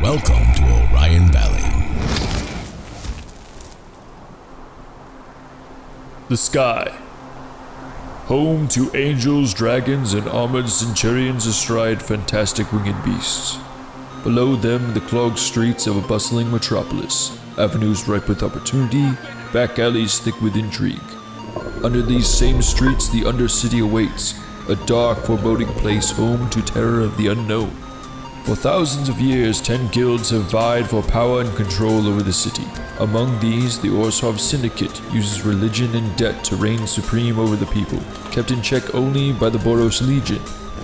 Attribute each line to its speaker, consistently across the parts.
Speaker 1: Welcome to Orion Valley.
Speaker 2: The sky. Home to angels, dragons, and armored centurions astride fantastic winged beasts. Below them, the clogged streets of a bustling metropolis, avenues ripe with opportunity, back alleys thick with intrigue. Under these same streets, the undercity awaits, a dark, foreboding place home to terror of the unknown. For thousands of years, ten guilds have vied for power and control over the city. Among these, the Orsov Syndicate uses religion and debt to reign supreme over the people, kept in check only by the Boros Legion,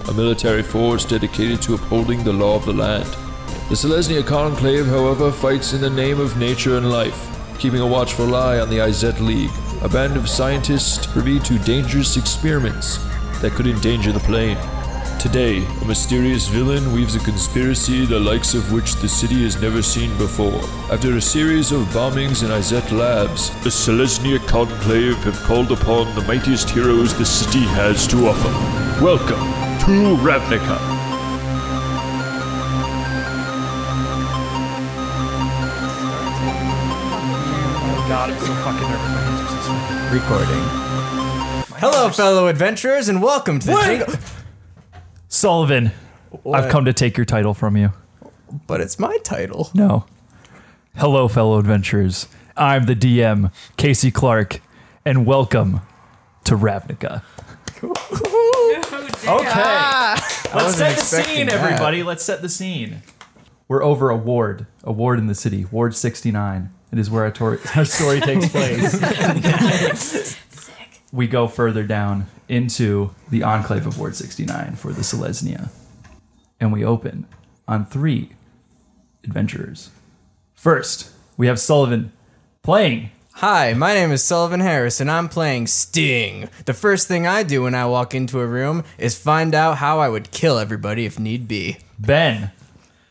Speaker 2: a military force dedicated to upholding the law of the land. The Selesnya Conclave, however, fights in the name of nature and life, keeping a watchful eye on the Izet League, a band of scientists privy to dangerous experiments that could endanger the plane. Today, a mysterious villain weaves a conspiracy the likes of which the city has never seen before. After a series of bombings in Izet Labs, the Selesnya Conclave have called upon the mightiest heroes the city has to offer. Welcome to Ravnica.
Speaker 3: God, I'm so fucking nervous.
Speaker 4: Recording. Hello, fellow adventurers, and welcome to the Jingle.
Speaker 3: Sullivan, I've come to take your title from you.
Speaker 4: But it's my title.
Speaker 3: No. Hello, fellow adventurers. I'm the DM, Casey Clark, and welcome to Ravnica. Let's set the scene, everybody. Let's set the scene. We're over a ward, a ward in the city, Ward 69. It is where our, tor- our story takes place. We go further down into the enclave of Ward 69 for the Selesnia. And we open on three adventurers. First, we have Sullivan playing.
Speaker 4: Hi, my name is Sullivan Harris, and I'm playing Sting. The first thing I do when I walk into a room is find out how I would kill everybody if need be.
Speaker 3: Ben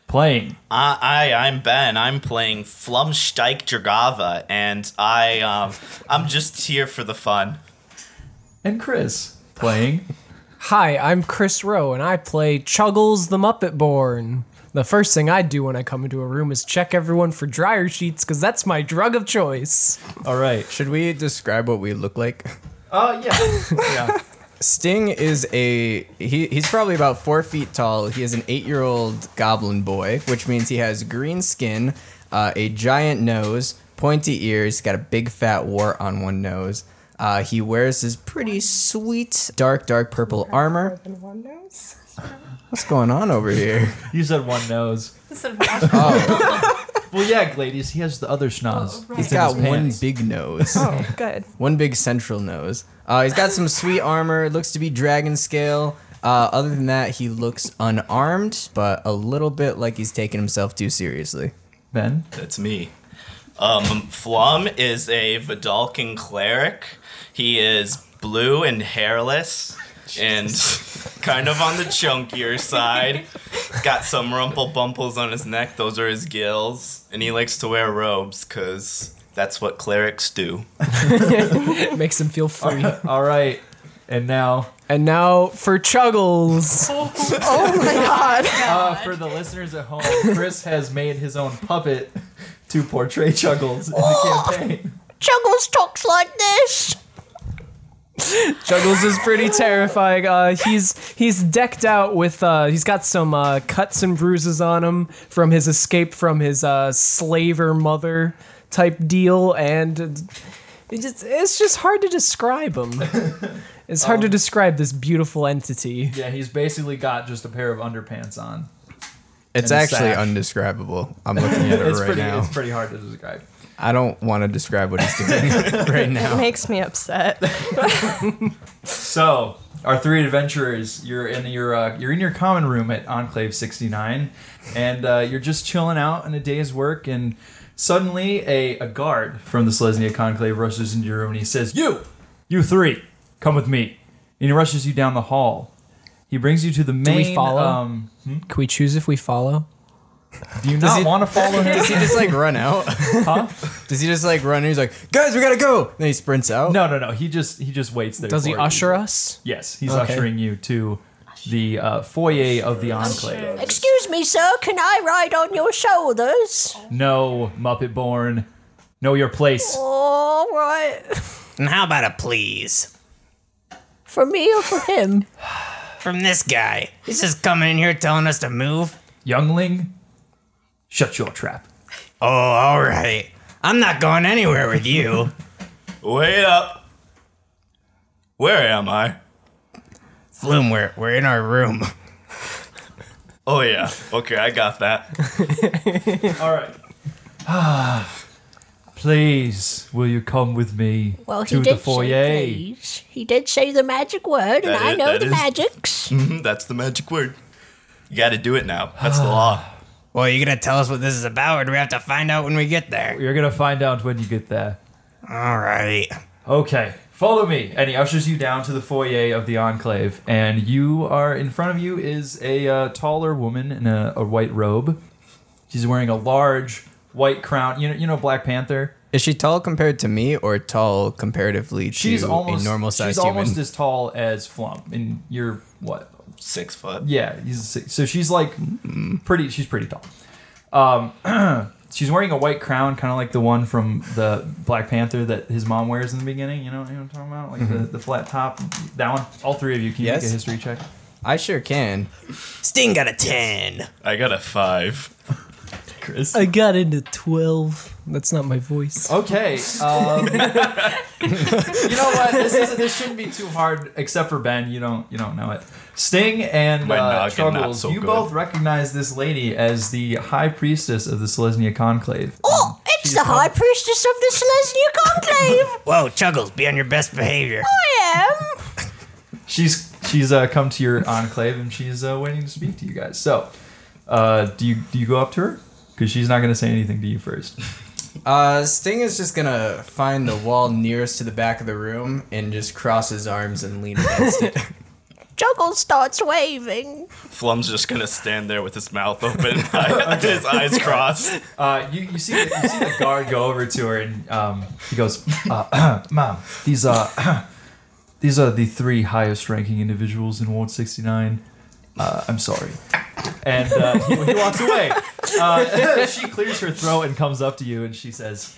Speaker 3: playing.
Speaker 5: Uh, I, I'm Ben. I'm playing Flumsteig Dragava, and I, um, I'm just here for the fun.
Speaker 3: And Chris playing.
Speaker 6: Hi, I'm Chris Rowe, and I play Chuggles the Muppet Born. The first thing I do when I come into a room is check everyone for dryer sheets, because that's my drug of choice.
Speaker 3: All right.
Speaker 4: Should we describe what we look like?
Speaker 3: Uh, yeah. yeah.
Speaker 4: Sting is a he, he's probably about four feet tall. He is an eight-year-old goblin boy, which means he has green skin, uh, a giant nose, pointy ears, got a big fat wart on one nose. Uh, he wears this pretty sweet dark dark purple armor. What's going on over here?
Speaker 3: You said one nose.
Speaker 7: oh,
Speaker 3: Well, yeah, ladies. He has the other schnoz.
Speaker 7: Oh, right. Oh,
Speaker 4: He's
Speaker 3: in
Speaker 4: got
Speaker 3: his
Speaker 4: one
Speaker 3: pants.
Speaker 4: big nose.
Speaker 7: good.
Speaker 4: One big central nose. Uh, he's got some sweet armor. It looks to be dragon scale. Uh, other than that, he looks unarmed, but a little bit like he's taking himself too seriously.
Speaker 3: Ben.
Speaker 5: That's me. Um, Flum is a Vidalcan cleric. He is blue and hairless, and kind of on the chunkier side. He's got some rumple bumples on his neck. Those are his gills, and he likes to wear robes because that's what clerics do.
Speaker 6: It makes him feel free.
Speaker 3: All right. And now,
Speaker 6: and now for Chuggles.
Speaker 7: Oh
Speaker 4: Oh
Speaker 3: uh, for the listeners at home, Chris has made his own puppet to portray Chuggles in
Speaker 4: Oh.
Speaker 3: the campaign.
Speaker 7: Chuggles talks like this.
Speaker 6: Chuggles is pretty terrifying. Uh, he's he's decked out with uh, he's got some uh, cuts and bruises on him from his escape from his uh, slaver mother type deal, and it just, it's just hard to describe him. It's hard to describe this beautiful entity.
Speaker 3: Um, Yeah, he's basically got just a pair of underpants on.
Speaker 4: It's
Speaker 3: And a
Speaker 4: actually
Speaker 3: sash.
Speaker 4: undescribable. I'm looking at it
Speaker 3: It's
Speaker 4: right
Speaker 3: pretty.
Speaker 4: now.
Speaker 3: It's pretty hard to describe.
Speaker 4: I don't want to describe what he's doing right now.
Speaker 7: Makes me upset.
Speaker 3: So, our three adventurers, you're in your uh, you're in your common room at Enclave 69, and uh, you're just chilling out in a day's work, and suddenly a, a guard from the Selesnya Conclave rushes into your room and he says, "You, you three, come with me," and he rushes you down the hall. He brings you to the main.
Speaker 6: we follow?
Speaker 3: Um,
Speaker 6: Can we choose if we follow?
Speaker 3: do you not
Speaker 4: he-
Speaker 3: want to follow him?
Speaker 4: Does he just like run out?
Speaker 3: Huh?
Speaker 4: Does he just like run? And he's like, guys, we gotta go. Then he sprints out.
Speaker 3: No, no, no. He just he just waits there.
Speaker 6: Does he
Speaker 3: for you.
Speaker 6: usher us?
Speaker 3: Yes, he's
Speaker 6: Okay.
Speaker 3: ushering you to the uh, foyer of the Enclave.
Speaker 7: Excuse me, sir, can I ride on your shoulders?
Speaker 3: No, Muppet Born. Know your place.
Speaker 7: All right.
Speaker 8: And how about a please?
Speaker 7: For me or for him?
Speaker 8: From this guy. He's just coming in here telling us to move.
Speaker 3: Youngling, shut your trap.
Speaker 8: Oh, all right. I'm not going anywhere with you.
Speaker 5: Wait up. Where am I?
Speaker 8: Flume, we're, we're in our room.
Speaker 5: Oh yeah. Okay, I got that.
Speaker 3: All right. Please, will you come with me
Speaker 7: Well, he
Speaker 3: to
Speaker 7: did
Speaker 3: the
Speaker 7: say
Speaker 3: foyer?
Speaker 7: please. He did say the magic word, and
Speaker 5: That
Speaker 7: I
Speaker 5: is-
Speaker 7: know
Speaker 5: that
Speaker 7: the
Speaker 5: is-
Speaker 7: magics.
Speaker 5: Mhm, That's the magic word. You got to do it now. That's the law.
Speaker 8: Well, you gonna tell us what this is about, or do we have to find out when we get there?
Speaker 3: You're gonna find out when you get there.
Speaker 8: All right.
Speaker 3: Okay, follow me. And he ushers you down to the foyer of the Enclave. And you are in front of you is a uh, taller woman in a, a white robe. She's wearing a large white crown. You know, you know Black Panther.
Speaker 4: Is she tall compared to me, or tall comparatively
Speaker 3: She's
Speaker 4: to
Speaker 3: almost
Speaker 4: a normal sized
Speaker 3: She's
Speaker 4: human?
Speaker 3: almost as tall as Flum. And you're what?
Speaker 5: Six foot.
Speaker 3: Yeah, he's six. so she's like pretty. She's pretty tall. Um, she's wearing a white crown, kind of like the one from the Black Panther that his mom wears in the beginning. You know, you know what I'm talking about, like the, the flat top. That one. All three of you can you
Speaker 4: Mm-hmm. Yes.
Speaker 3: make a history check.
Speaker 4: I sure can.
Speaker 8: Sting got a 10.
Speaker 5: I got a five.
Speaker 3: Chris.
Speaker 6: I got into 12. That's not my voice.
Speaker 3: Okay. Um, you know what? This is this shouldn't be too hard, except for Ben. You don't you don't know it. Sting and
Speaker 5: My
Speaker 3: uh,
Speaker 5: noggin not
Speaker 3: Truggles,
Speaker 5: so
Speaker 3: you
Speaker 5: good.
Speaker 3: both recognize this lady as the High Priestess of the Selesnya Conclave.
Speaker 7: Oh, it's the high priestess of the Celestia Conclave.
Speaker 8: Whoa, Chuggles, be on your best behavior.
Speaker 7: I am.
Speaker 3: She's she's uh, come to your enclave and she's uh, waiting to speak to you guys. So, uh, do you do you go up to her? Because she's not going to say anything to you first.
Speaker 4: Uh, Sting is just gonna find the wall nearest to the back of the room and just cross his arms and lean against it.
Speaker 7: Juggle starts waving.
Speaker 5: Flum's just gonna stand there with his mouth open, his eyes crossed.
Speaker 3: Uh, you, you see the, you see the guard go over to her and um, he goes, uh, "Ma'am, these are these are the three highest ranking individuals in Ward 69. Uh, I'm sorry." And uh, he, he walks away. Uh, she clears her throat and comes up to you and she says,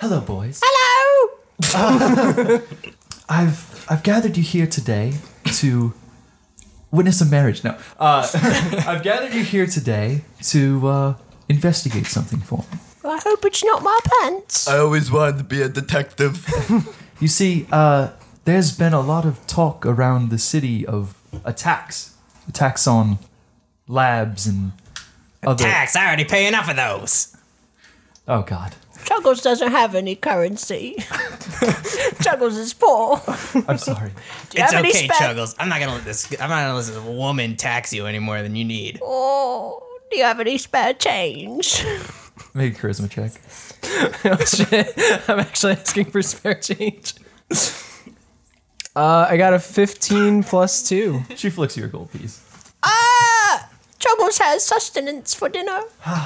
Speaker 3: "Hello, boys.
Speaker 7: Hello.
Speaker 3: I've I've gathered you here today to witness a marriage. No, uh, I've gathered you here today to uh, investigate something for me.
Speaker 7: I hope it's not my pants.
Speaker 5: I always wanted to be a detective.
Speaker 3: You see, uh, there's been a lot of talk around the city of attacks, attacks on labs and other.
Speaker 8: Tax, I already pay enough of those.
Speaker 3: Oh God,
Speaker 7: Juggles doesn't have any currency. Juggles is poor.
Speaker 3: I'm sorry.
Speaker 7: you
Speaker 8: It's
Speaker 7: have any
Speaker 8: okay,
Speaker 7: spe-
Speaker 8: Chuggles. I'm not gonna let this. I'm not gonna let this woman tax you any more than you need.
Speaker 7: Oh, do you have any spare change?
Speaker 3: Make a charisma check.
Speaker 6: I'm actually asking for spare change. Uh, I got a 15 plus 2.
Speaker 3: She flicks you a gold piece.
Speaker 7: Ah! Juggles has sustenance for dinner.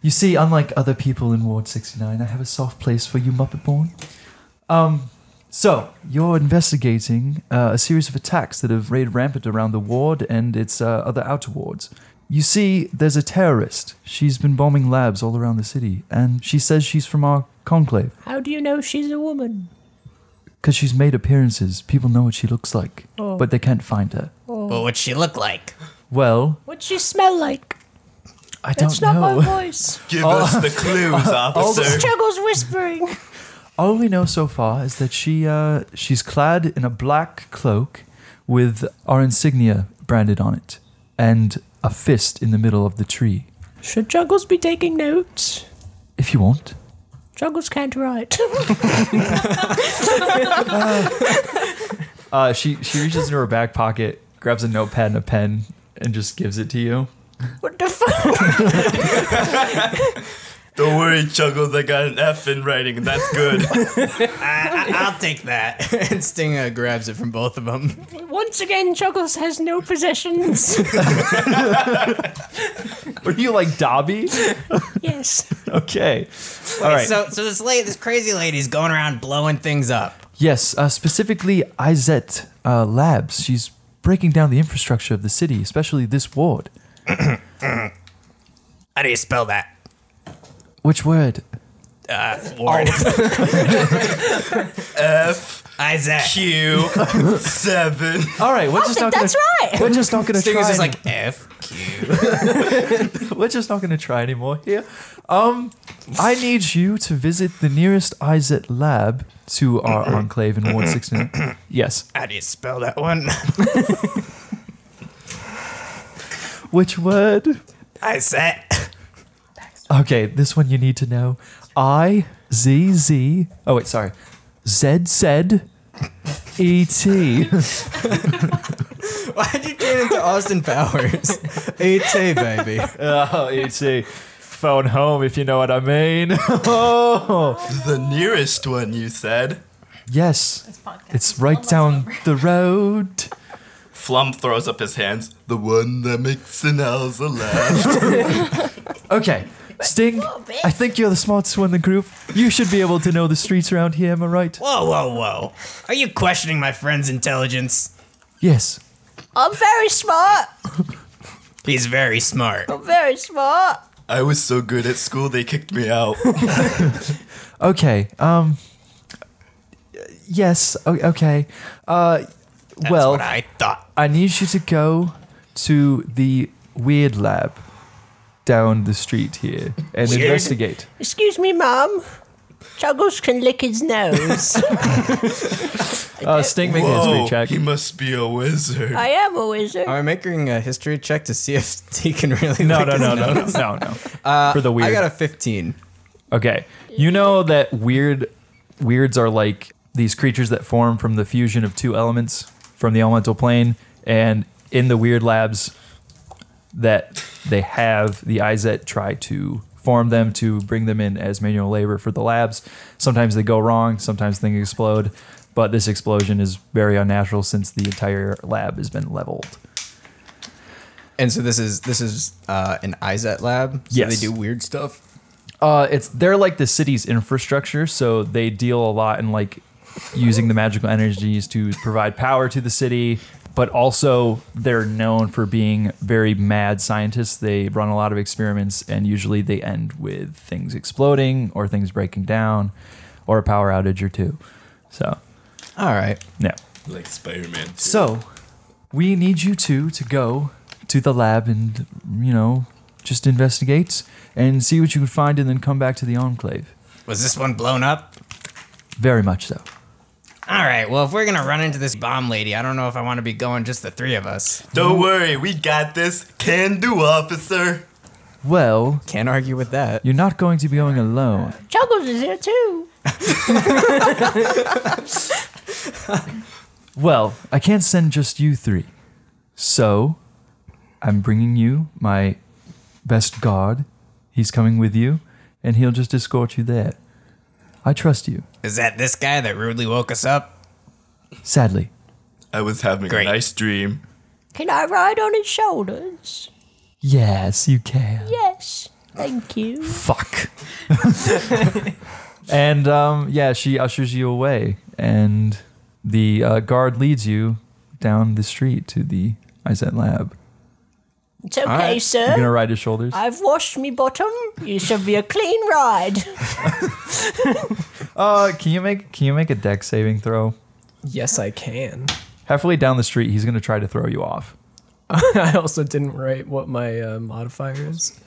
Speaker 3: You see, unlike other people in Ward 69, I have a soft place for you, Muppet Born. Um, so, you're investigating uh, a series of attacks that have raid rampant around the ward and its uh, other outer wards. You see, there's a terrorist. She's been bombing labs all around the city, and she says she's from our conclave.
Speaker 7: How do you know she's a woman?
Speaker 3: Because she's made appearances. People know what she looks like, but they can't find her.
Speaker 8: But what's she look like?
Speaker 3: Well,
Speaker 7: What'd Oh, she smell like?
Speaker 3: I don't
Speaker 7: That's not
Speaker 3: know.
Speaker 7: my voice. Oh.
Speaker 5: Give us the clues, officer.
Speaker 7: Juggles whispering.
Speaker 3: All we know so far is that she uh, she's clad in a black cloak with our insignia branded on it and a fist in the middle of the tree.
Speaker 7: Should Juggles be taking notes?
Speaker 3: If you want.
Speaker 7: Juggles can't write.
Speaker 3: Uh, she she reaches into her back pocket, grabs a notepad and a pen, and just gives it to you.
Speaker 7: what the fuck?
Speaker 5: Don't worry, Chuggles. I got an F in writing. That's good.
Speaker 8: I, I, I'll take that.
Speaker 4: and Sting uh, grabs it from both of them.
Speaker 7: Once again, Juggles has no possessions.
Speaker 3: Are you like Dobby?
Speaker 7: yes.
Speaker 3: Okay. All right.
Speaker 8: So, so this lady, this crazy lady's going around blowing things up.
Speaker 3: Yes, uh, specifically Izette uh, Labs. She's breaking down the infrastructure of the city, especially this ward.
Speaker 8: Mm. How do you spell that? Uh,
Speaker 3: Which word?
Speaker 8: Ward. Uh, Isaac.
Speaker 5: Q seven.
Speaker 3: All right, we're just
Speaker 7: think
Speaker 3: not gonna.
Speaker 7: that's right.
Speaker 3: We're just not gonna
Speaker 4: Sting
Speaker 3: try.
Speaker 4: is just
Speaker 3: any-
Speaker 4: like F.
Speaker 3: we're just not gonna try anymore here. Um, I need you to visit the nearest Isaac lab to our enclave in Ward 16. yes.
Speaker 8: How do you spell that one?
Speaker 3: Which word?
Speaker 8: Isaac.
Speaker 3: Okay, this one you need to know. I Z Z. Oh wait, sorry. Z Z E T.
Speaker 4: Why'd you turn into Austin Powers?
Speaker 5: E
Speaker 4: Ate, baby.
Speaker 3: Oh, E T. Phone home, if you know what I mean. oh,
Speaker 5: The nearest one you said.
Speaker 3: yes.
Speaker 9: podcast.
Speaker 3: It's right
Speaker 9: Almost
Speaker 3: down
Speaker 9: over.
Speaker 3: the road.
Speaker 5: Flum throws up his hands. The one that makes an owl's alive.
Speaker 3: Okay, Sting.
Speaker 7: bitch.
Speaker 3: I think you're the smartest one in the group. You should be able to know the streets around here. Am I right?
Speaker 8: Whoa, whoa, whoa. Are you questioning my friend's intelligence?
Speaker 3: Yes.
Speaker 7: I'm very smart.
Speaker 8: He's very smart.
Speaker 7: I'm very smart.
Speaker 5: I was so good at school they kicked me out.
Speaker 3: Okay. Um. Yes. o- Okay. Uh.
Speaker 8: That's
Speaker 3: well.
Speaker 8: what I thought.
Speaker 3: I need you to go to the weird lab down the street here and
Speaker 8: Weird?
Speaker 3: investigate.
Speaker 7: Excuse me, Mum. Chuggles can lick his nose.
Speaker 3: Uh, Sting, make a history check.
Speaker 5: he must be a wizard.
Speaker 7: I am a wizard.
Speaker 4: Are we making a history check to see if he can really?
Speaker 3: No,
Speaker 4: lick his
Speaker 3: no, no,
Speaker 4: nose? Uh,
Speaker 3: no, no, no, no. For the weird.
Speaker 4: I got a 15.
Speaker 3: okay, you know that weird weirds are like these creatures that form from the fusion of two elements from the elemental plane, and in the weird labs that they have the Izet try to form them to bring them in as manual labor for the labs. Sometimes they go wrong, sometimes things explode, but this explosion is very unnatural since the entire lab has been leveled.
Speaker 4: And so this is this is uh, an Izet lab. So
Speaker 3: Yes.
Speaker 4: they do weird stuff.
Speaker 3: Uh, it's they're like the city's infrastructure, so they deal a lot in like using the magical energies to provide power to the city. But also, they're known for being very mad scientists. They run a lot of experiments, and usually they end with things exploding or things breaking down, or a power outage or two. So,
Speaker 4: All right.
Speaker 3: yeah.
Speaker 5: like Spider-Man.
Speaker 3: So, we need you two to go to the lab and you know just investigate and see what you can find, and then come back to the enclave.
Speaker 8: Was this one blown up?
Speaker 3: Very much so.
Speaker 8: All right, well, if we're gonna run into this bomb lady, I don't know if I wanna be going just the three of us.
Speaker 5: Don't worry, we got this. Can do, officer.
Speaker 3: Well,
Speaker 4: Can't argue with that.
Speaker 3: you're not going to be going alone.
Speaker 7: Chuggles is here too.
Speaker 3: Well, I can't send just you three. So, I'm bringing you my best guard. He's coming with you, and he'll just escort you there. I trust you.
Speaker 8: Is that this guy that rudely woke us up?
Speaker 3: Sadly.
Speaker 5: I was having
Speaker 8: Great.
Speaker 5: a nice dream.
Speaker 7: Can I ride on his shoulders?
Speaker 3: Yes, you can.
Speaker 7: Yes. Thank you.
Speaker 3: Fuck. and um, yeah, she ushers you away, and the uh, guard leads you down the street to the Izet lab.
Speaker 7: It's okay,
Speaker 4: right.
Speaker 7: sir.
Speaker 3: You're gonna ride his shoulders.
Speaker 7: I've washed me bottom. You shall be a clean ride.
Speaker 3: Uh, can you make can you make a deck saving throw?
Speaker 6: Yes, I can.
Speaker 3: Halfway down the street, he's gonna try to throw you off.
Speaker 6: I also didn't write what my uh, modifier is.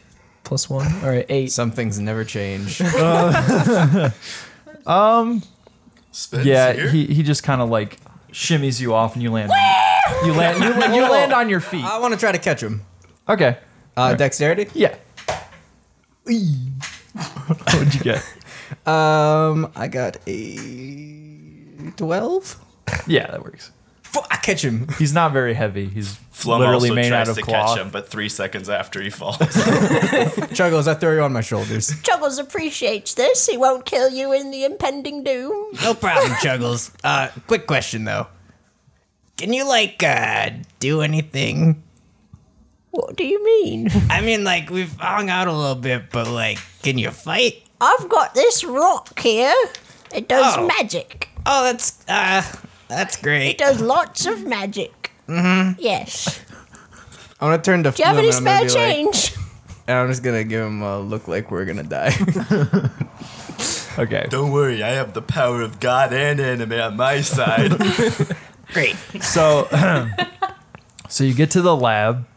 Speaker 6: Plus one. All right, eight.
Speaker 4: Some things never change.
Speaker 5: Spence
Speaker 3: Um, Yeah,
Speaker 5: here?
Speaker 3: he, he just kind of like shimmies you off, and you land. you land. You, la- you land on your feet.
Speaker 4: I want to try to catch him.
Speaker 3: Okay.
Speaker 4: Uh, Dexterity.
Speaker 3: Yeah. What'd you get?
Speaker 4: Um, I got a twelve.
Speaker 3: Yeah, that works.
Speaker 4: Fu- I catch him.
Speaker 3: He's not very heavy. He's
Speaker 5: Flum
Speaker 3: literally
Speaker 5: also
Speaker 3: made
Speaker 5: tries
Speaker 3: out of
Speaker 5: to
Speaker 3: cloth.
Speaker 5: catch him, but three seconds after he falls.
Speaker 4: Chuggles, I throw you on my shoulders.
Speaker 7: Chuggles appreciates this. He won't kill you in the impending doom.
Speaker 8: No problem, Chuggles. Uh, quick question though. Can you, like, uh, do anything?
Speaker 7: What do you mean?
Speaker 8: I mean, like, we've hung out a little bit, but, like, can you fight?
Speaker 7: I've got this rock here. It does
Speaker 8: Oh.
Speaker 7: magic.
Speaker 8: Oh, that's, uh, that's
Speaker 7: It
Speaker 8: great. Mm-hmm.
Speaker 7: does lots of magic. Yes.
Speaker 4: I'm gonna turn to.
Speaker 7: Do you have
Speaker 4: Flum
Speaker 7: any
Speaker 4: and I'm
Speaker 7: spare
Speaker 4: gonna be like-
Speaker 7: change?
Speaker 4: and I'm just gonna give him a look like we're gonna die.
Speaker 3: Okay.
Speaker 5: Don't worry, I have the power of God and anime on my side.
Speaker 8: Great.
Speaker 3: So, so you get to the lab,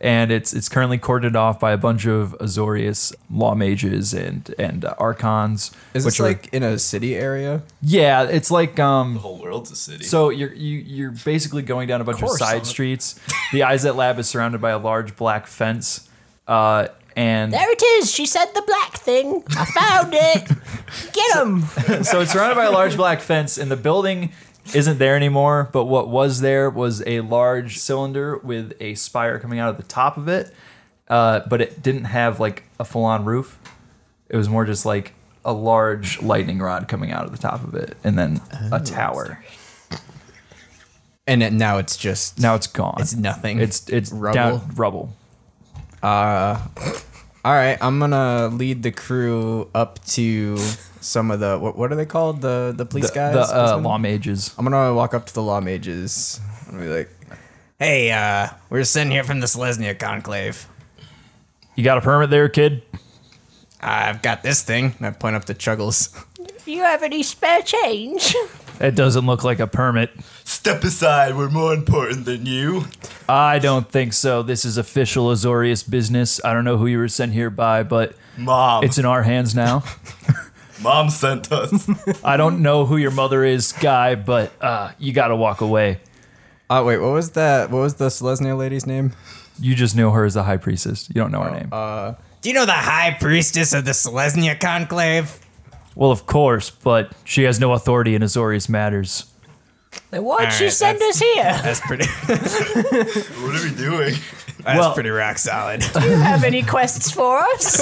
Speaker 3: and it's it's currently cordoned off by a bunch of Azorius law mages and and uh, archons.
Speaker 4: Is this
Speaker 3: are-
Speaker 4: like in a city area?
Speaker 3: yeah, it's like um.
Speaker 5: the whole world's a city.
Speaker 3: So you're you, you're basically going down a bunch of,
Speaker 6: course,
Speaker 3: side
Speaker 6: Sonic.
Speaker 3: streets. The Izet lab is surrounded by a large black fence, uh, and
Speaker 7: There it is. She said the black thing. I found it. Get him.
Speaker 3: so it's surrounded by a large black fence, and the building isn't there anymore. But what was there was a large cylinder with a spire coming out of the top of it, uh, but it didn't have like a full-on roof. It was more just like a large lightning rod coming out of the top of it, and then
Speaker 5: Oh.
Speaker 3: a tower.
Speaker 4: And it, now it's just
Speaker 3: Now it's gone.
Speaker 4: It's nothing.
Speaker 3: It's it's
Speaker 4: Rubble. Uh,
Speaker 3: rubble. Down, rubble.
Speaker 4: All right, I'm gonna lead the crew up to some of the what, what are they called? The the
Speaker 3: The,
Speaker 4: police guys.
Speaker 3: the uh,
Speaker 4: Policemen?
Speaker 3: law mages.
Speaker 4: I'm gonna walk up to the law mages. and be like,
Speaker 8: Hey, uh, we're sitting here from the Selesnya conclave.
Speaker 3: You got a permit there, kid?
Speaker 8: I've got this thing.
Speaker 4: and I point up to Chuggles.
Speaker 7: Do you have any spare change?
Speaker 6: It doesn't look like a permit.
Speaker 5: Step aside, we're more important than you.
Speaker 3: I don't think so. This is official Azorius business. I don't know who you were sent here by, but
Speaker 5: Mom.
Speaker 3: it's in our hands now.
Speaker 5: Mom sent us.
Speaker 3: I don't know who your mother is, guy, but uh, you got to walk away.
Speaker 8: Uh,
Speaker 4: Oh wait, what was that? What was the Selesnya lady's name?
Speaker 3: You just knew her as the high priestess. You don't know her name.
Speaker 8: Oh, uh, Do you know the high priestess of the Selesnya conclave?
Speaker 3: well, of course, but she has no authority in Azorius matters.
Speaker 7: Then why'd she
Speaker 8: right,
Speaker 7: send us here?
Speaker 8: That's pretty.
Speaker 5: what are we doing?
Speaker 8: That's
Speaker 3: Well-
Speaker 8: pretty rock solid.
Speaker 7: Do you have any quests for us?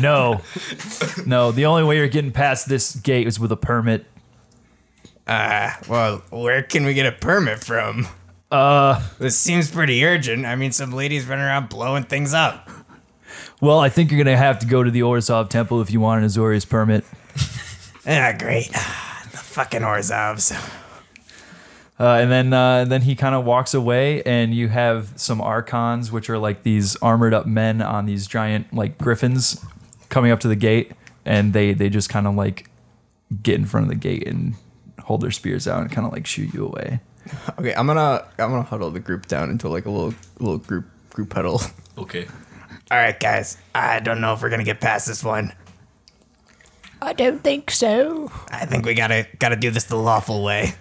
Speaker 3: No, no. The only way you're getting past this gate is with a permit.
Speaker 8: Uh, well, where can we get a permit from? Uh, this seems pretty urgent. I mean, some ladies running around blowing things up.
Speaker 3: Well, I think you're gonna have to go to the Orzov Temple if you want an Azorius permit.
Speaker 8: Ah, great. The fucking Orzovs.
Speaker 3: Uh, and then uh, and then he kind of walks away, and you have some archons, which are like these armored up men on these giant like griffins, coming up to the gate, and they they just kind of like get in front of the gate and hold their spears out and kind of like shoot you away.
Speaker 4: Okay, I'm gonna I'm gonna huddle the group down into like a little little group group huddle.
Speaker 5: Okay.
Speaker 8: All right, guys. I don't know if we're gonna get past this one.
Speaker 7: I don't think so.
Speaker 8: I think we gotta gotta do this the lawful way.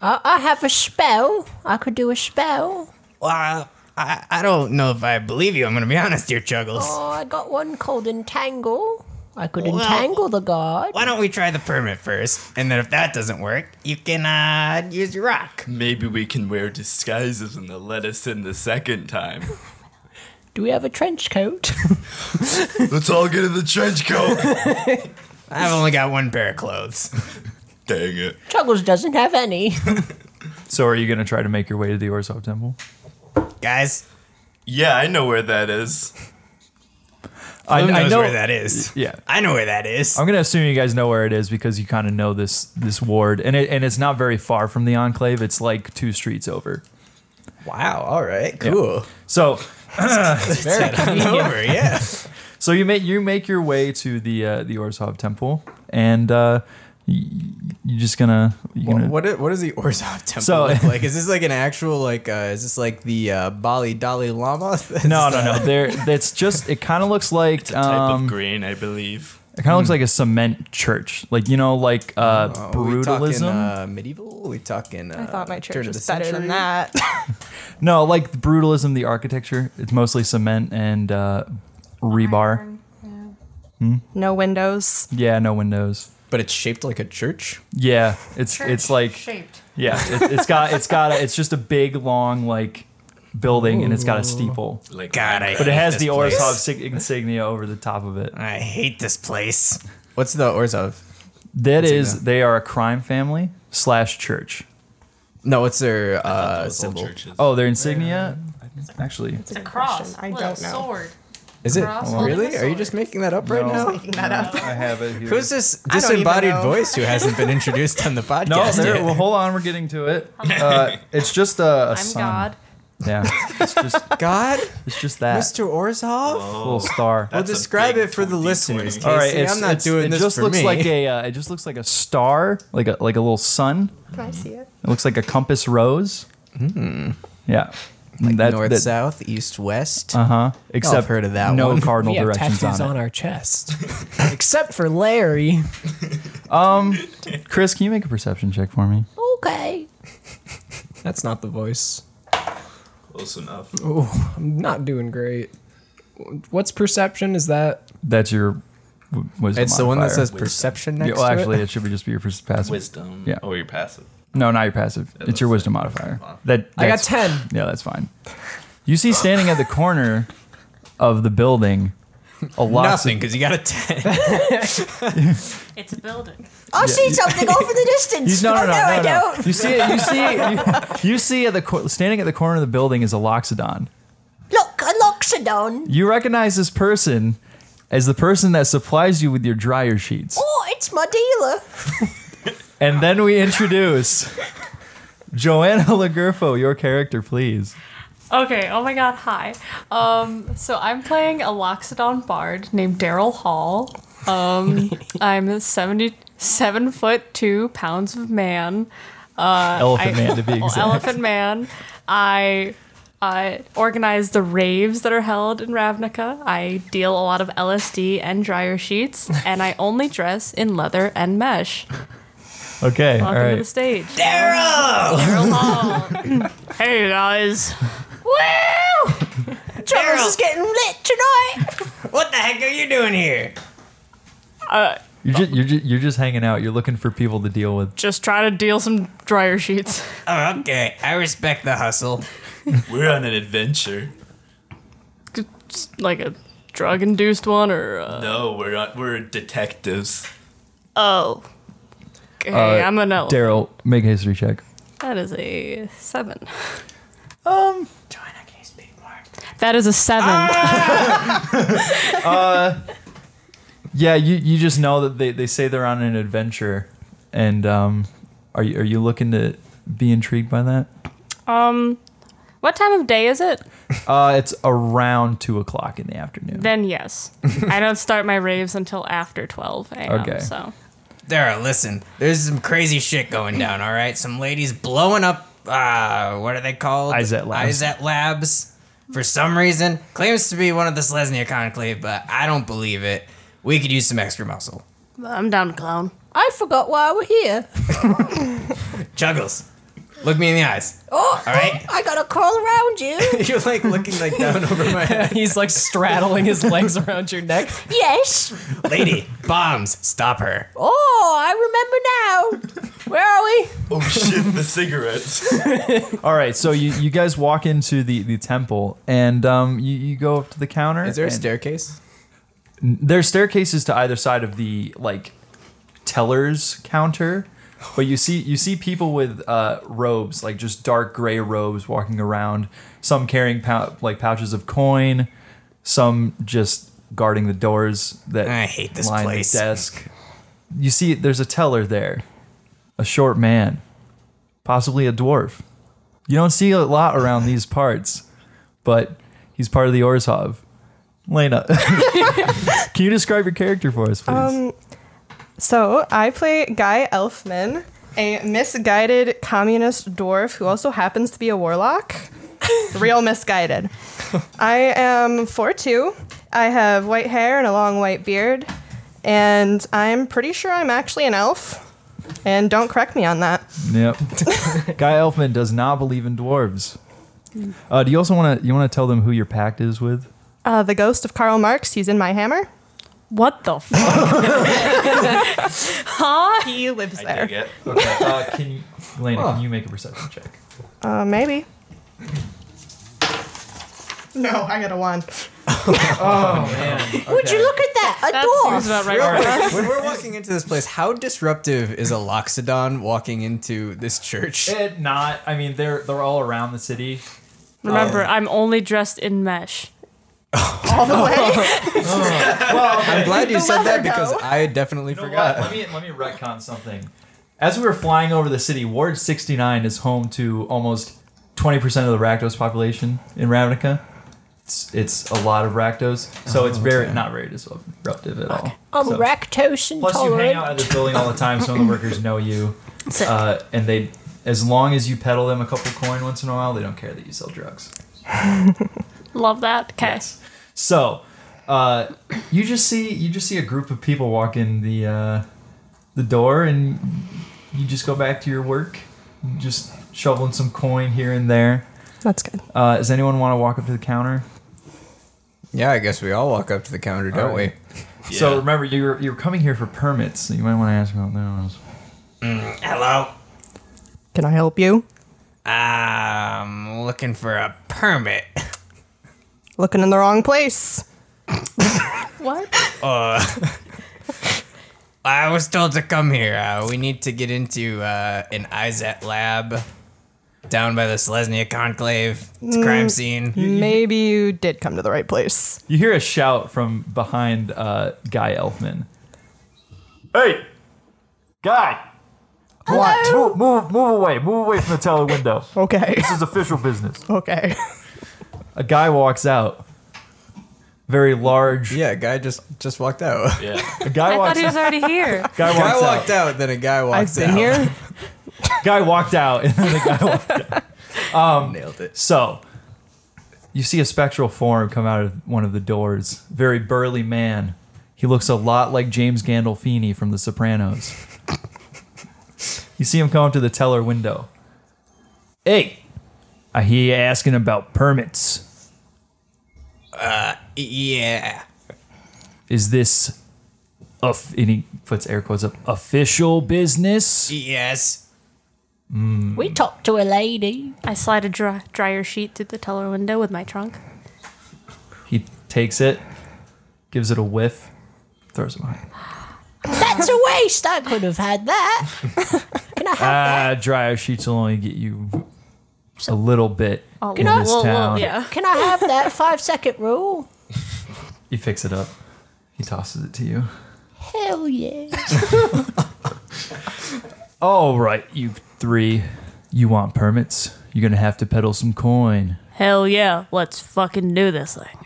Speaker 7: I, I have a spell. I could do a spell.
Speaker 8: Well, I, I don't know if I believe you. I'm gonna be honest here, Chuggles.
Speaker 7: Oh, I got one called Entangle. I could
Speaker 8: Well-
Speaker 7: entangle the guard.
Speaker 8: Why don't we try the permit first, and then if that doesn't work, you can uh, use your rock.
Speaker 5: Maybe we can wear disguises and they'll let us in the second time.
Speaker 7: Do we have a trench coat?
Speaker 5: Let's all get in the trench coat.
Speaker 8: I've only got one pair of clothes.
Speaker 5: Dang it.
Speaker 7: Chuggles doesn't have any.
Speaker 3: So are you gonna try to make your way to the Orzov Temple?
Speaker 8: Guys,
Speaker 5: Yeah, I know where that is.
Speaker 3: I,
Speaker 8: who knows
Speaker 3: I know
Speaker 8: where that is?
Speaker 3: Yeah.
Speaker 8: I know where that is.
Speaker 3: I'm gonna assume you guys know where it is because you kind of know this this ward, and it and it's not very far from the Enclave. It's like two streets over.
Speaker 4: Wow. All right. Cool.
Speaker 3: So
Speaker 8: Over, yeah.
Speaker 3: So you make you make your way to the uh, the Orzhov Temple, and uh, y- you're just gonna. you
Speaker 4: What
Speaker 3: gonna
Speaker 4: What, i- what does the Orzov temple
Speaker 3: So-
Speaker 4: look like? Is this like an actual like? Uh, is this like the uh, Bali Dalai Lama?
Speaker 3: no, no, no. There, that's just. It kind of looks like
Speaker 5: Type
Speaker 3: um,
Speaker 5: of green, I believe.
Speaker 3: it kind of looks like a cement church, like you know, like uh,
Speaker 4: Are Hmm. Oh, we talking
Speaker 3: brutalism.
Speaker 4: uh, medieval? Are we talking? Uh,
Speaker 9: I thought my
Speaker 4: turn
Speaker 9: church
Speaker 4: of
Speaker 9: was
Speaker 4: the
Speaker 9: better
Speaker 4: century?
Speaker 9: than that.
Speaker 3: no, like brutalism. The architecture. It's mostly cement and uh, rebar.
Speaker 9: No windows.
Speaker 3: Yeah, no windows.
Speaker 4: But it's shaped like a church.
Speaker 3: Yeah, it's it's like
Speaker 9: shaped.
Speaker 3: yeah, it, it's got it's got a, it's just a big long like building, and it's got a steeple.
Speaker 5: Like
Speaker 8: God, I
Speaker 3: But it
Speaker 8: hate
Speaker 3: has
Speaker 8: this
Speaker 3: the
Speaker 8: place.
Speaker 3: Orzhov sig- insignia over the top of it.
Speaker 8: I hate this place.
Speaker 4: What's the Orzov?
Speaker 3: That is,
Speaker 4: Insignia.
Speaker 3: they are a crime family slash church.
Speaker 4: No, what's their
Speaker 5: Those
Speaker 4: uh,
Speaker 5: old
Speaker 4: symbol?
Speaker 5: churches.
Speaker 3: Oh, their insignia. Actually,
Speaker 9: It's a
Speaker 10: cross
Speaker 9: I
Speaker 10: with
Speaker 9: don't
Speaker 10: a
Speaker 9: know.
Speaker 10: sword.
Speaker 4: Is it
Speaker 10: Cross
Speaker 3: Oh,
Speaker 4: really?
Speaker 10: holding a
Speaker 4: Are you just making that up right
Speaker 3: No.
Speaker 4: now?
Speaker 10: Making that up.
Speaker 3: I have it here.
Speaker 4: Who's this
Speaker 10: I don't even
Speaker 4: disembodied
Speaker 10: know.
Speaker 4: voice who hasn't been introduced on the podcast?
Speaker 3: No, there.
Speaker 4: yet?
Speaker 3: Well, hold on. We're getting to it. Uh, it's just a, a
Speaker 10: I'm
Speaker 3: sun.
Speaker 10: God.
Speaker 3: Yeah, it's just
Speaker 4: God,
Speaker 3: it's just that
Speaker 4: Mr. Orzhov.
Speaker 3: little star.
Speaker 4: We'll
Speaker 5: That's a
Speaker 4: describe
Speaker 5: big
Speaker 4: it for the listeners. Casey.
Speaker 3: All right, it's,
Speaker 4: I'm not
Speaker 3: it's-
Speaker 4: doing
Speaker 3: it
Speaker 4: this
Speaker 3: just
Speaker 4: for
Speaker 3: looks
Speaker 4: me.
Speaker 3: like a uh, it just looks like a star, like a like a little sun.
Speaker 10: Can I see it?
Speaker 3: It looks like a compass rose. Mm. Yeah, like
Speaker 4: Hmm. north, south, east, west. Oh,
Speaker 3: Uh huh. Except
Speaker 4: heard of that
Speaker 3: no
Speaker 4: one.
Speaker 6: Oh,
Speaker 3: cardinal
Speaker 6: We have
Speaker 3: directions
Speaker 6: tattoos
Speaker 3: on
Speaker 6: on
Speaker 3: it.
Speaker 6: our chest, except for Larry.
Speaker 3: Um, Chris, can you make a perception check for me?
Speaker 7: Okay.
Speaker 6: That's not the voice.
Speaker 5: Close enough.
Speaker 6: I'm not doing great. What's perception? Is that
Speaker 3: That's your. w- Wisdom
Speaker 4: It's the one that
Speaker 3: modifier.
Speaker 4: says perception
Speaker 3: Yeah,
Speaker 4: next
Speaker 3: well,
Speaker 4: to it.
Speaker 3: actually, it should be just be your pers- passive.
Speaker 5: Wisdom.
Speaker 3: Yeah.
Speaker 5: Or your passive.
Speaker 3: No, not your passive. it's your wisdom modifier. That
Speaker 6: I got
Speaker 3: that's-
Speaker 6: ten.
Speaker 3: Yeah, that's fine. You see, standing at the corner of the building, a lot.
Speaker 4: Nothing, because you got a ten.
Speaker 10: It's a building.
Speaker 7: I see something Oh, off in the distance.
Speaker 3: no, no,
Speaker 7: oh,
Speaker 3: no,
Speaker 7: I
Speaker 3: no, no.
Speaker 7: don't.
Speaker 3: You see, it. you see, you, you see at the cor- standing at the corner of the building is a loxodon.
Speaker 7: Look, a loxodon.
Speaker 3: You recognize this person as the person that supplies you with your dryer sheets.
Speaker 7: Oh, it's my dealer.
Speaker 3: And then we introduce Joanna Lagurfo, your character, please.
Speaker 10: Okay. Oh my God. Hi. Um. So I'm playing a Loxodon bard named Daryl Hall. Um. I'm a seventy-seven foot two pounds of man. Uh,
Speaker 3: Elephant
Speaker 10: I-
Speaker 3: Man, to be exact.
Speaker 10: Elephant Man. I uh, organize the raves that are held in Ravnica. I deal a lot of LSD and dryer sheets, and I only dress in leather and mesh.
Speaker 3: Okay, all
Speaker 10: Welcome to the
Speaker 3: right.
Speaker 10: stage, Daryl. Daryl Hall. hey guys.
Speaker 7: Woo! Troubles is getting lit tonight.
Speaker 8: What the heck are you doing here?
Speaker 10: Uh,
Speaker 3: You're just, you're, just, you're just hanging out. You're looking for people to deal with.
Speaker 10: Just trying to deal some dryer sheets.
Speaker 8: Oh, okay. I respect the hustle.
Speaker 5: We're on an adventure.
Speaker 10: Just like a drug-induced one, or uh,
Speaker 5: No, we're on, we're detectives.
Speaker 10: oh. Okay,
Speaker 3: Uh,
Speaker 10: I'm an elf.
Speaker 3: Daryl, make a history check.
Speaker 10: That is a seven. Um. Joanna, can you Um, speak more? That is a seven. Ah!
Speaker 3: Uh, Yeah, you, you just know that they, they say they're on an adventure, and um, are you are you looking to be intrigued by that?
Speaker 10: Um, What time of day is it?
Speaker 3: Uh, it's around two o'clock in the afternoon.
Speaker 10: Then yes. I don't start my raves until after 12 a.m.
Speaker 3: Okay.
Speaker 10: So
Speaker 8: Daryl, listen. There's some crazy shit going down, all right? Some ladies blowing up, uh, what are they called?
Speaker 3: Izet Labs.
Speaker 8: Izet Labs. For some reason, claims to be one of the Slesnia Conclave, but I don't believe it. We could use some extra muscle.
Speaker 10: I'm down to clown.
Speaker 7: I forgot why we're here.
Speaker 8: Chuggles, look me in the eyes.
Speaker 7: Oh,
Speaker 8: All right.
Speaker 7: I gotta crawl around you.
Speaker 8: You're like looking like down over my head.
Speaker 6: he's like straddling his legs around your neck?
Speaker 7: yes.
Speaker 8: Lady, bombs, stop her.
Speaker 7: Oh, I remember now. Where are we?
Speaker 5: Oh shit, the cigarettes.
Speaker 3: All right, so you, you guys walk into the, the temple and um, you, you go up to the counter.
Speaker 4: Is there a
Speaker 3: and-
Speaker 4: staircase?
Speaker 3: There's staircases to either side of the like teller's counter, but you see you see people with uh, robes like just dark gray robes walking around. Some carrying pou- like pouches of coin, some just guarding the doors that
Speaker 8: I hate this
Speaker 3: line
Speaker 8: place.
Speaker 3: the desk. You see, there's a teller there, a short man, possibly a dwarf. You don't see a lot around these parts, but he's part of the Orzhov. Lena, can you describe your character for us, please?
Speaker 9: Um, So I play Guy Elfman, a misguided communist dwarf who also happens to be a warlock. Real misguided. I am 4'2. I have white hair and a long white beard. And I'm pretty sure I'm actually an elf. And don't correct me on that.
Speaker 3: yep. Guy Elfman does not believe in dwarves.
Speaker 4: Hmm.
Speaker 3: Uh, do you also want to you want to tell them who your pact is with?
Speaker 9: Uh, the ghost of Karl Marx, he's in my hammer.
Speaker 10: What the fuck?
Speaker 9: He lives
Speaker 5: I dig
Speaker 9: there.
Speaker 5: it.
Speaker 3: Okay. Uh, can you, Lena, can you make a perception check?
Speaker 9: Uh, maybe. No, I got a one.
Speaker 7: Would you look at that? A
Speaker 10: That
Speaker 7: dwarf.
Speaker 10: seems about right. for us.
Speaker 4: when we're walking into this place, how disruptive is a loxodon walking into this church?
Speaker 3: It not. I mean, they're they're all around the city.
Speaker 7: Oh.
Speaker 10: Remember, I'm only dressed in mesh.
Speaker 9: all the way.
Speaker 7: Oh.
Speaker 3: well,
Speaker 4: Oh. I'm glad you
Speaker 9: The
Speaker 4: said
Speaker 9: leather
Speaker 4: that because
Speaker 9: go.
Speaker 4: I definitely
Speaker 3: You know
Speaker 4: forgot.
Speaker 3: what? Let me let me retcon something. As we were flying over the city, Ward 69 is home to almost 20% of the Rakdos population in Ravnica. It's, it's a lot of Rakdos, so
Speaker 4: Oh,
Speaker 3: it's very not very disruptive at all.
Speaker 7: I'm
Speaker 3: So-
Speaker 7: lactose
Speaker 3: Plus, you hang
Speaker 7: Oh, intolerant.
Speaker 3: out at this building all the time. Some of the workers know you, uh, and they, as long as you peddle them a couple coin once in a while, they don't care that you sell drugs.
Speaker 10: Love that. Okay.
Speaker 3: So, uh, you just see you just see a group of people walk in the uh, the door, and you just go back to your work, just shoveling some coin here and there.
Speaker 9: That's good.
Speaker 3: Uh, does anyone want to walk up to the counter?
Speaker 4: Yeah, I guess we all walk up to the counter, don't
Speaker 3: Alright.
Speaker 4: we?
Speaker 3: So remember, you're you're coming here for permits, so you might want to ask about those.
Speaker 8: Mm, Hello.
Speaker 9: Can I help you?
Speaker 8: I'm Um, looking for a permit.
Speaker 9: Looking in the wrong place.
Speaker 10: What?
Speaker 8: Uh, I was told to come here. Uh, we need to get into uh, an ISAT lab down by the Selesnya Conclave. It's
Speaker 3: Mm.
Speaker 8: a crime scene.
Speaker 9: Maybe you did come to the right place.
Speaker 3: You hear a shout from behind uh, Guy Elfman. Hey, Guy,
Speaker 9: What?
Speaker 3: move, move, move away, move away from the tele window.
Speaker 9: Okay.
Speaker 3: This is official business.
Speaker 9: Okay.
Speaker 3: A guy walks out. Very large.
Speaker 4: Yeah, a guy just just walked out.
Speaker 3: A guy
Speaker 10: I thought
Speaker 3: walks
Speaker 10: he
Speaker 3: out.
Speaker 10: was already here.
Speaker 3: Guy
Speaker 4: guy
Speaker 3: walks out.
Speaker 4: walked out. then a guy
Speaker 9: I've
Speaker 4: walks
Speaker 9: been
Speaker 4: out.
Speaker 9: here.
Speaker 3: Guy walked out, and then the guy walked Um,
Speaker 4: Nailed it.
Speaker 3: So, you see a spectral form come out of one of the doors. Very burly man. He looks a lot like James Gandolfini from The Sopranos. you see him come up to the teller window. Hey, I hear you asking about permits.
Speaker 8: Uh, Yeah.
Speaker 3: Is this, of? and he puts air quotes up, official business?
Speaker 4: E-
Speaker 3: Hmm.
Speaker 8: Yes.
Speaker 7: We talked to a lady.
Speaker 10: I slide a dry- dryer sheet through the teller window with my trunk.
Speaker 3: He takes it, gives it a whiff, throws it away.
Speaker 7: That's a waste. I could have had that. Can I have
Speaker 3: Ah, dryer sheets will only get you a little bit
Speaker 10: Oh,
Speaker 3: in
Speaker 10: well,
Speaker 3: this
Speaker 10: well, well,
Speaker 3: town.
Speaker 10: yeah.
Speaker 7: Can I have that five second rule?
Speaker 3: He picks it up. He tosses it to you.
Speaker 7: Hell yeah.
Speaker 3: All right, you three. You want permits? You're gonna have to peddle some coin.
Speaker 10: Hell yeah. Let's fucking do this thing.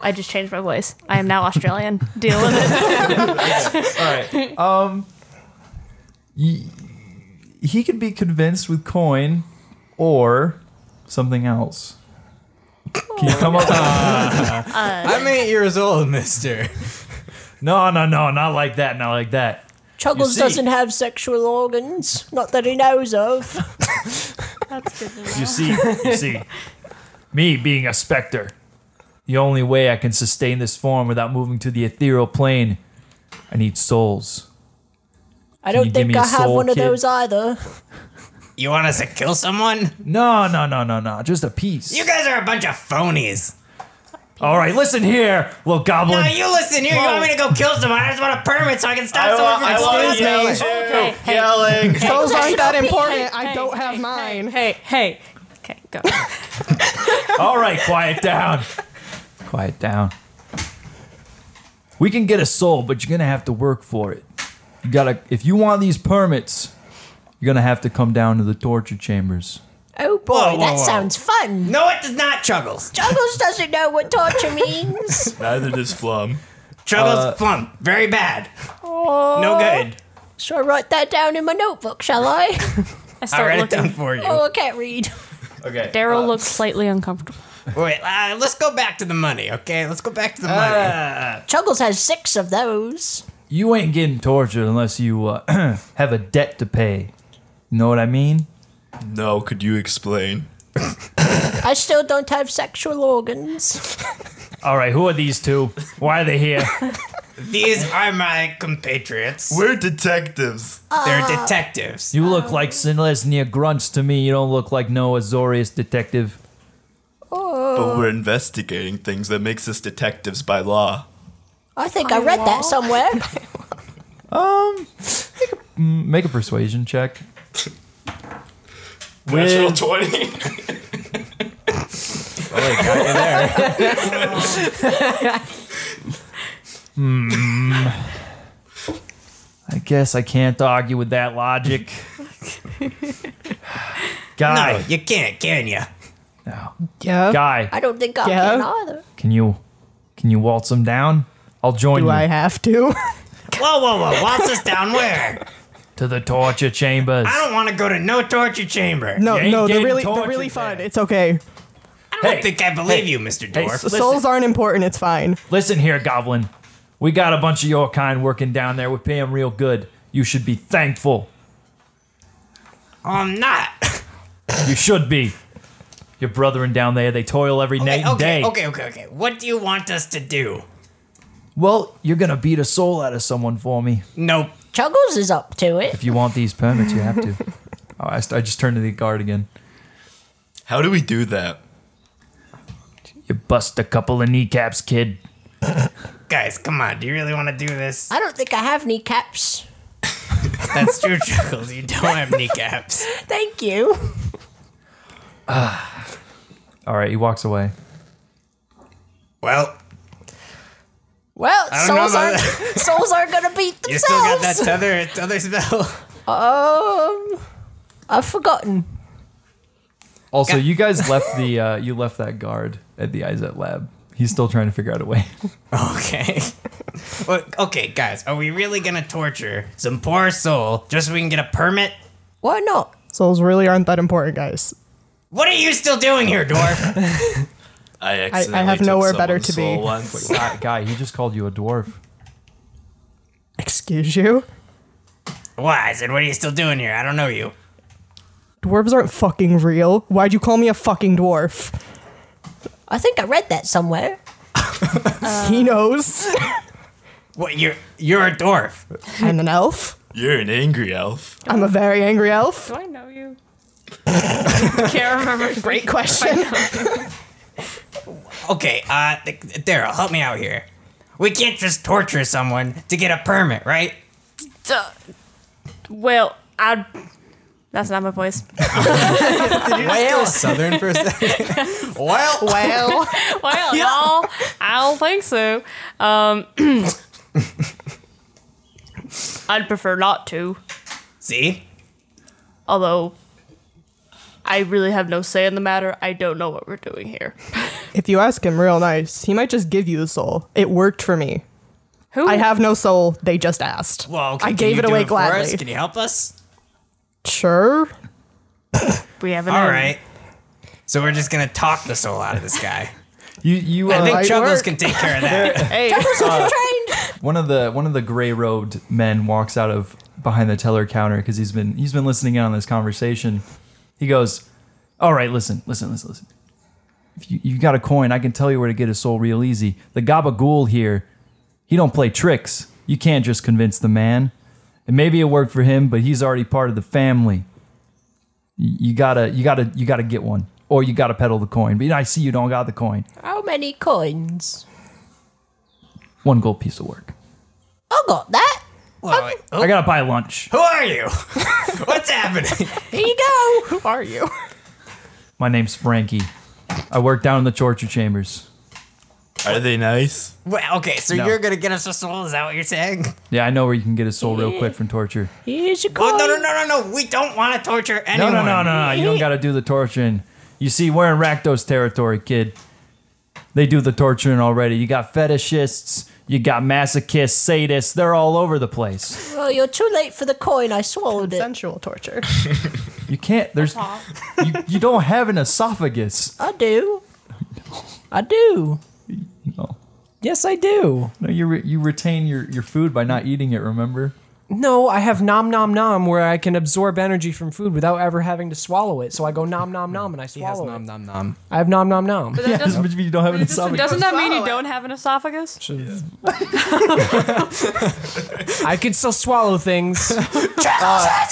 Speaker 10: I just changed my voice. I am now Australian. Deal with it.
Speaker 3: All right. Um. y- he could be convinced with coin, or something else. Can you come up?
Speaker 4: I'm eight years old, mister.
Speaker 3: no, no, no, not like that, not like that.
Speaker 7: Chuggles
Speaker 3: see-
Speaker 7: doesn't have sexual organs. Not that he knows of.
Speaker 10: That's good to know.
Speaker 3: You see, you see, me being a specter, the only way I can sustain this form without moving to the ethereal plane, I need souls.
Speaker 7: I
Speaker 3: you
Speaker 7: don't
Speaker 3: give
Speaker 7: think
Speaker 3: me a
Speaker 7: I have
Speaker 3: soul,
Speaker 7: one of
Speaker 3: kid?
Speaker 7: those either.
Speaker 8: You want us to kill someone?
Speaker 3: No, no, no, no, no, just a piece.
Speaker 8: You guys are a bunch of phonies.
Speaker 3: All right, listen here, little goblin.
Speaker 8: No, you listen here. You want me to go kill someone? I just want a permit so I can stop someone from
Speaker 5: want
Speaker 8: stealing.
Speaker 5: you
Speaker 10: Hey, hey.
Speaker 5: yelling.
Speaker 9: Those aren't that important.
Speaker 10: hey,
Speaker 9: I don't have
Speaker 10: hey,
Speaker 9: mine.
Speaker 10: Hey, hey. Okay, go.
Speaker 3: All right, quiet down. quiet down. We can get a soul, but you're gonna have to work for it. You gotta, if you want these permits, you're gonna have to come down to the torture chambers.
Speaker 7: Oh boy,
Speaker 8: Whoa, whoa,
Speaker 7: that
Speaker 8: whoa.
Speaker 7: sounds fun.
Speaker 8: No, it does not, Chuggles.
Speaker 7: Chuggles doesn't know what torture means.
Speaker 5: Neither does Flum.
Speaker 8: Chuggles, flump. Very bad.
Speaker 10: Oh.
Speaker 8: No good.
Speaker 7: Should I write that down in my notebook, shall I?
Speaker 10: I
Speaker 8: I'll
Speaker 10: start
Speaker 8: write it
Speaker 10: looking.
Speaker 8: down for you. Uh,
Speaker 7: oh, I can't read.
Speaker 3: Okay.
Speaker 10: Daryl looks slightly uncomfortable.
Speaker 8: Wait, uh, let's go back to the money, okay? Let's go back to the money.
Speaker 9: Uh.
Speaker 7: Chuggles has six of those.
Speaker 3: you ain't getting tortured unless you uh, have a debt to pay. You know what I mean?
Speaker 5: No, could you explain?
Speaker 7: I still don't have sexual organs.
Speaker 3: All right, who are these two? Why are they here?
Speaker 8: These are my compatriots.
Speaker 5: We're detectives.
Speaker 8: They're
Speaker 3: Uh,
Speaker 8: detectives.
Speaker 3: You look like Silesnia Grunts to me. You don't look like no Azorius detective.
Speaker 5: But we're investigating things that makes us detectives by law.
Speaker 7: Oh, I think I read that somewhere.
Speaker 8: Um,
Speaker 3: Mm, Make a persuasion check.
Speaker 5: Natural 20.
Speaker 3: Oh,
Speaker 4: Well, it got you there.
Speaker 3: Hmm. I guess I can't argue with that logic. Guy.
Speaker 8: No, you can't, can you?
Speaker 9: Yeah.
Speaker 3: Guy.
Speaker 7: I don't think I
Speaker 9: Yeah.
Speaker 7: can either.
Speaker 3: Can you can you waltz him down? I'll join
Speaker 9: Do
Speaker 3: you
Speaker 9: I have to?
Speaker 8: Whoa, whoa, whoa! Waltz us down where?
Speaker 3: to the torture chambers.
Speaker 8: I don't want to go to no torture chamber.
Speaker 9: No,
Speaker 3: You ain't
Speaker 9: no, they're
Speaker 3: getting
Speaker 9: really, they're
Speaker 3: tortured
Speaker 9: really fun.
Speaker 3: there.
Speaker 9: It's okay.
Speaker 8: I don't think I believe you, Mr.
Speaker 3: Hey,
Speaker 8: Dwarf.
Speaker 3: s- listen,
Speaker 9: Souls aren't important. It's fine.
Speaker 3: listen here, Goblin. We got a bunch of your kind working down there. We pay them real good. You should be thankful.
Speaker 8: I'm not.
Speaker 3: You should be. Your brethren down there, they toil every night
Speaker 8: Okay,
Speaker 3: and
Speaker 8: okay, okay,
Speaker 3: day.
Speaker 8: okay, okay. What do you want us to do?
Speaker 3: Well, you're gonna beat a soul out of someone for me.
Speaker 8: Nope.
Speaker 7: Chuggles is up to it.
Speaker 3: If you want these permits, you have to. oh, I, st- I just turned to the guard again.
Speaker 5: How do we do that?
Speaker 3: You bust a couple of kneecaps, kid.
Speaker 8: Guys, come on. Do you really want to do this?
Speaker 7: I don't think I have kneecaps.
Speaker 8: That's true, Chuckles. You don't have kneecaps.
Speaker 7: Thank you.
Speaker 3: All right, he walks away.
Speaker 8: Well,
Speaker 7: Well,
Speaker 8: don't know
Speaker 7: souls
Speaker 8: about
Speaker 7: aren't souls aren't gonna beat
Speaker 8: you still got that tether,
Speaker 7: themselves.
Speaker 8: tether spell.
Speaker 7: um, I've forgotten.
Speaker 3: Also, you guys left the uh, you left that guard at the Izet lab. He's still trying to figure out a way.
Speaker 8: Okay. well, okay, guys. Are we really going to torture some poor soul just so we can get a permit?
Speaker 7: Why not?
Speaker 9: Souls really aren't that important, guys.
Speaker 8: What are you still doing here, Dwarf?
Speaker 5: I accidentally
Speaker 9: have
Speaker 5: took
Speaker 9: nowhere better
Speaker 5: someone's
Speaker 9: to be.
Speaker 5: soul Once.
Speaker 3: Guy, guy, he just called you a dwarf.
Speaker 9: Excuse you?
Speaker 8: Why? I said, what are you still doing here? I don't know you.
Speaker 9: Dwarves aren't fucking real. Why'd you call me a fucking dwarf?
Speaker 7: I think I read that somewhere.
Speaker 9: he knows.
Speaker 8: What? You're you're a dwarf.
Speaker 9: I'm an elf.
Speaker 5: You're an angry elf.
Speaker 9: I'm a very angry elf.
Speaker 10: Do I know you? Can't remember.
Speaker 9: Great question.
Speaker 8: Okay, uh, th- Daryl, help me out here. We can't just torture someone to get a permit, right?
Speaker 10: Duh. Well, I. That's not my voice.
Speaker 4: Well, southern for a second.
Speaker 8: Well, well.
Speaker 10: Well, y'all, I don't think so. Um, I'd prefer not to,
Speaker 8: See?
Speaker 10: although I really have no say in the matter. I don't know what we're doing here.
Speaker 9: if you ask him real nice, he might just give you the soul. It worked for me.
Speaker 10: Who?
Speaker 9: I have no soul. They just asked.
Speaker 8: Well, okay,
Speaker 9: I
Speaker 8: can
Speaker 9: gave
Speaker 8: you
Speaker 9: it
Speaker 8: do
Speaker 9: away
Speaker 8: for us?
Speaker 9: gladly.
Speaker 8: Can you help us?
Speaker 9: Sure.
Speaker 10: We have an.
Speaker 8: All right. So we're just gonna talk the soul out of this guy.
Speaker 3: You you
Speaker 8: I
Speaker 3: uh,
Speaker 8: think
Speaker 9: might
Speaker 8: Chuggles
Speaker 9: work.
Speaker 8: can take care of that.
Speaker 10: Hey,
Speaker 3: one of the one of the gray robed men walks out of behind the teller counter because he's been he's been listening in on this conversation. He goes, "All right, listen, listen, listen, listen. If you, you got a coin, I can tell you where to get a soul real easy. The Gabagool here, he don't play tricks. You can't just convince the man. And maybe it worked for him, but he's already part of the family. You, you gotta you gotta you gotta get one, or you gotta peddle the coin. But I see you don't got the coin.
Speaker 7: How many coins?
Speaker 3: One gold piece of work.
Speaker 7: I got that.
Speaker 8: Whoa, wait.
Speaker 3: I gotta buy lunch.
Speaker 8: Who are you? What's happening?
Speaker 7: Here you go.
Speaker 9: Who are you?
Speaker 3: My name's Frankie. I work down in the torture chambers.
Speaker 5: Are they nice?
Speaker 8: Wait, okay, so
Speaker 3: No.
Speaker 8: you're gonna get us a soul? Is that what you're saying?
Speaker 3: Yeah, I know where you can get a soul real quick from torture.
Speaker 7: Here's your
Speaker 8: Oh
Speaker 7: coin.
Speaker 8: no, no, no, no, no! We don't want to torture
Speaker 3: No,
Speaker 8: anyone.
Speaker 3: no, no, no, no. You don't got to do the torturing. You see, we're in Rakdos territory, kid. They do the torturing already. You got fetishists, you got masochists, sadists. They're all over the place.
Speaker 7: Well, you're too late for the coin. I swallowed it.
Speaker 9: Sensual torture.
Speaker 3: You can't. There's. You, you don't have an esophagus.
Speaker 7: I do. I do.
Speaker 3: No,
Speaker 6: Yes, I do.
Speaker 3: no. You re, you retain your your food by not eating it. Remember.
Speaker 6: No, I have nom nom nom where I can absorb energy from food without ever having to swallow it. So I go nom nom nom and I
Speaker 4: He has
Speaker 6: swallow
Speaker 4: nom
Speaker 6: it.
Speaker 4: nom nom.
Speaker 6: I have nom nom nom.
Speaker 10: But that doesn't,
Speaker 3: Which means you don't have an
Speaker 10: doesn't-
Speaker 3: esophagus.
Speaker 10: doesn't that mean you
Speaker 9: Swallow it.
Speaker 10: don't have an esophagus?
Speaker 6: I could still swallow things.
Speaker 7: Uh,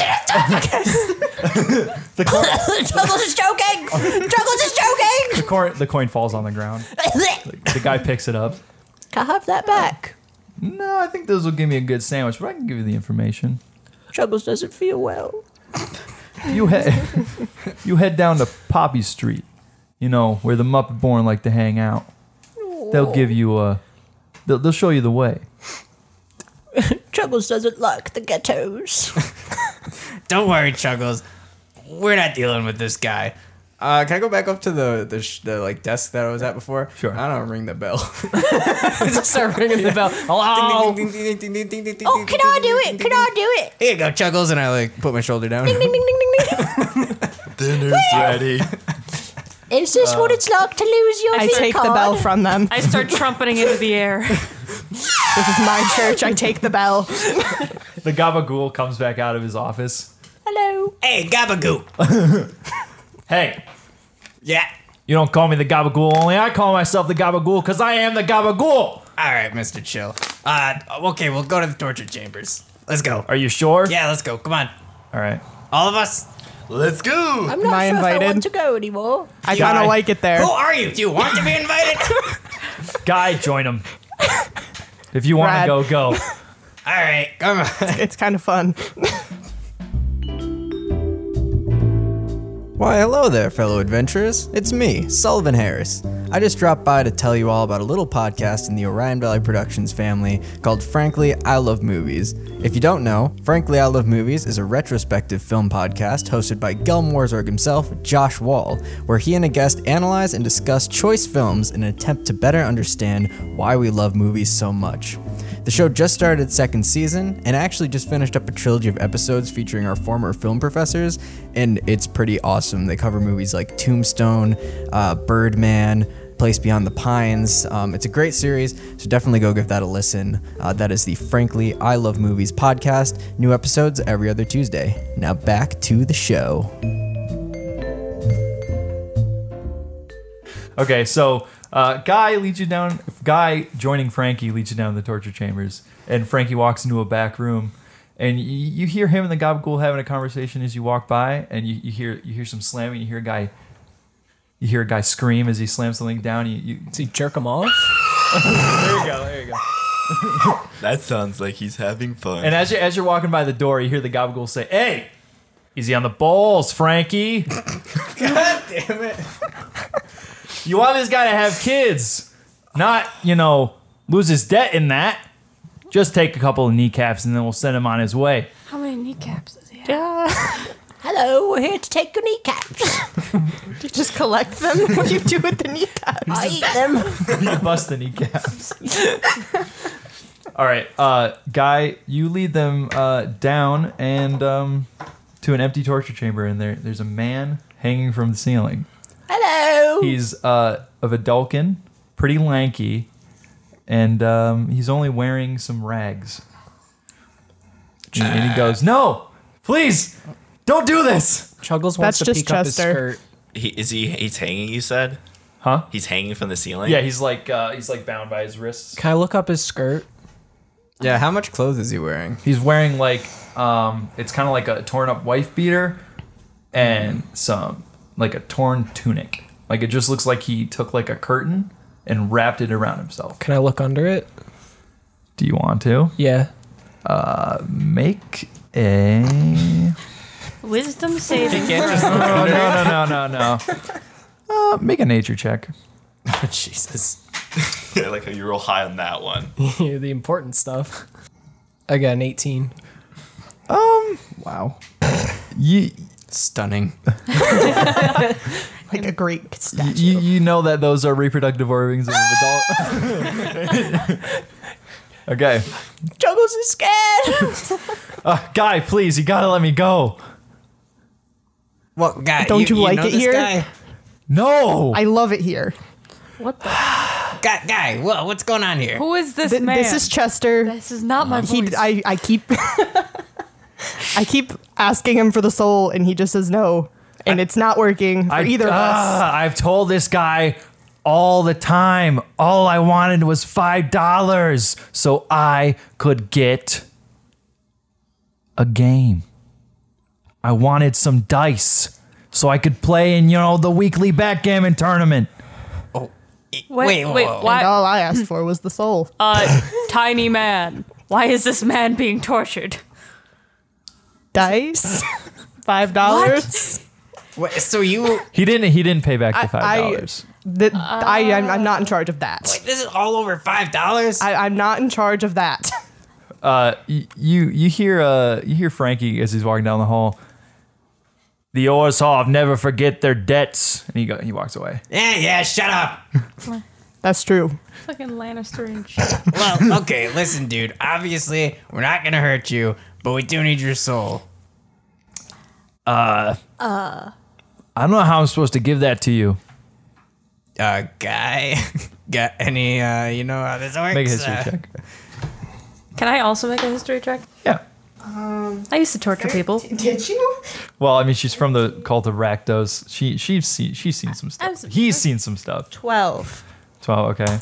Speaker 3: The coin,
Speaker 7: Chuggles is joking. Chuggles is joking.
Speaker 3: the coin the coin falls on the ground. The guy picks it up.
Speaker 7: Can I have that back?
Speaker 3: No, I think those will give me a good sandwich, but I can give you the information.
Speaker 7: Chuggles doesn't feel well.
Speaker 3: You head you head down to Poppy Street. you know, where the Muppet Born like to hang out. They'll give you a, they'll, they'll show you the way.
Speaker 7: Chuggles doesn't like the ghettos.
Speaker 8: Don't worry, Chuggles. We're not dealing with this guy.
Speaker 4: Uh, can I go back up to the the, sh- the like desk that I was at before?
Speaker 3: Sure.
Speaker 4: I don't know, ring the bell.
Speaker 6: Just start ringing the bell. Hello.
Speaker 4: Ding, ding, ding, ding, ding, ding, ding, ding,
Speaker 7: oh,
Speaker 4: ding,
Speaker 7: can
Speaker 4: ding,
Speaker 7: I
Speaker 4: ding,
Speaker 7: do
Speaker 4: ding,
Speaker 7: it? Can I do it?
Speaker 4: Here you go, Chuggles, and I like put my shoulder down.
Speaker 7: Ding, ding, ding, ding, ding,
Speaker 5: Dinner's ready.
Speaker 7: ding. Is this what it's like to lose your
Speaker 9: I
Speaker 7: V
Speaker 9: take
Speaker 7: card?
Speaker 9: the bell from them.
Speaker 10: Uh, I start trumpeting into the air.
Speaker 9: This is my church. I take the bell.
Speaker 3: The Gabagool comes back out of his office.
Speaker 7: Hello.
Speaker 8: Hey, Gabagoop.
Speaker 3: Hey,
Speaker 8: Yeah.
Speaker 3: you don't call me the Gabagool, only I call myself the Gabagool because I am the Gabagool.
Speaker 8: All right, Mr. Chill. Uh, okay, we'll go to the torture chambers. Let's go.
Speaker 3: Are you sure?
Speaker 8: Yeah, let's go. Come on.
Speaker 3: All right.
Speaker 8: All of us.
Speaker 5: Let's go.
Speaker 7: I'm not
Speaker 9: I
Speaker 7: sure if I
Speaker 9: invited?
Speaker 7: want to go anymore.
Speaker 9: I kind
Speaker 3: Guy.
Speaker 9: of like it there.
Speaker 8: Who are you? Do you want to be invited?
Speaker 3: Guy, join him. If you want to
Speaker 9: Rad.
Speaker 3: go, go.
Speaker 8: All right, come on.
Speaker 9: It's kind of fun.
Speaker 4: Why, hello there, fellow adventurers. It's me, Sullivan Harris. I just dropped by to tell you all about a little podcast in the Orion Valley Productions family called Frankly, I Love Movies. If you don't know, Frankly, I Love Movies is a retrospective film podcast hosted by Gelm Warzorg himself, Josh Wall, where he and a guest analyze and discuss choice films in an attempt to better understand why we love movies so much. The show just started its second season and actually just finished up a trilogy of episodes featuring our former film professors, and it's pretty awesome. They cover movies like Tombstone, uh, Birdman, Place Beyond the Pines. Um, it's a great series, so definitely go give that a listen. Uh, that is the Frankly I Love Movies podcast. New episodes every other Tuesday. Now back to the show.
Speaker 3: Okay, so uh, Guy leads you down. Guy joining Frankie leads you down to the torture chambers, and Frankie walks into a back room, and you, you hear him and the Gabagool having a conversation as you walk by, and you, you hear you hear some slamming. You hear a guy, you hear a guy scream as he slams something down. You, you
Speaker 6: Does he jerk him off?
Speaker 3: there you go, there you go.
Speaker 5: That sounds like he's having fun.
Speaker 3: And as you as you're walking by the door, you hear the Gabagool say, "Hey, easy on the balls, Frankie." God damn it! you want this guy to have kids, not you know lose his debt in that. Just take a couple of kneecaps and then we'll send him on his way.
Speaker 10: How many kneecaps does he have?
Speaker 7: Hello, we're here to take your kneecaps.
Speaker 9: You just collect them. What do you do with the kneecaps?
Speaker 7: I eat them.
Speaker 3: Bust the kneecaps. All right, uh, guy, you lead them uh, down and um, to an empty torture chamber, and there there's a man hanging from the ceiling.
Speaker 7: Hello.
Speaker 3: He's uh, a Vidalcan, pretty lanky, and um, he's only wearing some rags. And, and he goes, "No, please, don't do this."
Speaker 6: Chuggles wants
Speaker 9: That's
Speaker 6: to
Speaker 9: just
Speaker 6: peek up his
Speaker 9: Chester.
Speaker 6: skirt.
Speaker 5: he, is he? He's hanging. You said
Speaker 3: Huh?
Speaker 5: he's hanging from the ceiling.
Speaker 3: Yeah, he's like uh, he's like bound by his wrists.
Speaker 6: Can I look up his skirt?
Speaker 4: Yeah, how much clothes is he wearing?
Speaker 3: He's wearing like um, it's kind of like a torn up wife beater and some like a torn tunic. Like it just looks like he took like a curtain and wrapped it around himself.
Speaker 6: Can I look under it?
Speaker 3: Do you want to
Speaker 6: Yeah.
Speaker 3: Uh, make a?
Speaker 10: Wisdom saving.
Speaker 3: Oh, no, no, no, no, no. Uh, make a nature check.
Speaker 6: Jesus.
Speaker 5: I like how you roll high on that one.
Speaker 6: the important stuff. I got an 18.
Speaker 4: Wow.
Speaker 3: You,
Speaker 4: Stunning.
Speaker 9: Like a Greek statue.
Speaker 3: you you know that those are reproductive organs of an adult. okay,
Speaker 7: Chuggles is scared.
Speaker 3: uh, guy, please, you gotta let me go.
Speaker 8: Well, guy,
Speaker 9: Don't you like
Speaker 8: know
Speaker 9: it
Speaker 8: this
Speaker 9: here? Oh.
Speaker 8: Guy?
Speaker 3: No,
Speaker 9: I love it here.
Speaker 10: What the?
Speaker 8: Guy, guy, wha- what's going on here?
Speaker 10: Who is this
Speaker 9: Th-
Speaker 10: man?
Speaker 9: this is Chester. Um,
Speaker 10: This is not my voice.
Speaker 9: He, I, I keep, I keep asking him for the soul, and he just says no, and it's not working for
Speaker 3: I-
Speaker 9: either of us.
Speaker 3: ah, I've told this guy all the time. All I wanted was five dollars so I could get a game. I wanted some dice so I could play in you know the weekly backgammon tournament.
Speaker 9: Oh,
Speaker 10: wait,
Speaker 8: wait,
Speaker 10: wait,
Speaker 8: whoa.
Speaker 10: why?
Speaker 9: And all I asked for was the soul.
Speaker 10: Uh, tiny man. Why is this man being tortured?
Speaker 9: Dice, five dollars.
Speaker 8: What, so you
Speaker 3: He didn't. He didn't pay back the five
Speaker 9: I,
Speaker 3: dollars.
Speaker 9: that I am I'm not in charge of that.
Speaker 8: this is all over five dollars.
Speaker 9: I'm not in charge of that.
Speaker 3: Uh, y- you you hear uh you hear Frankie as he's walking down the hall. The Orzhov never forget their debts, and he go, he walks away.
Speaker 8: Yeah, yeah, shut up.
Speaker 9: That's true.
Speaker 10: Fucking Lannister and shit.
Speaker 8: Well, okay, listen, dude. Obviously, we're not gonna hurt you, but we do need your soul.
Speaker 3: Uh,
Speaker 10: Uh,
Speaker 3: I don't know how I'm supposed to give that to you.
Speaker 8: Uh, guy, got any? Uh, you know how this works.
Speaker 3: Make a history
Speaker 8: Uh,
Speaker 3: check.
Speaker 10: can I also make a history check?
Speaker 3: Yeah.
Speaker 10: Um, I used to torture people.
Speaker 9: Did you?
Speaker 3: Well, I mean, she's from the cult of Rakdos. She she's seen she's seen some
Speaker 10: I'm
Speaker 3: stuff.
Speaker 10: so-
Speaker 3: He's seen some stuff.
Speaker 9: 12.
Speaker 3: Twelve. Okay.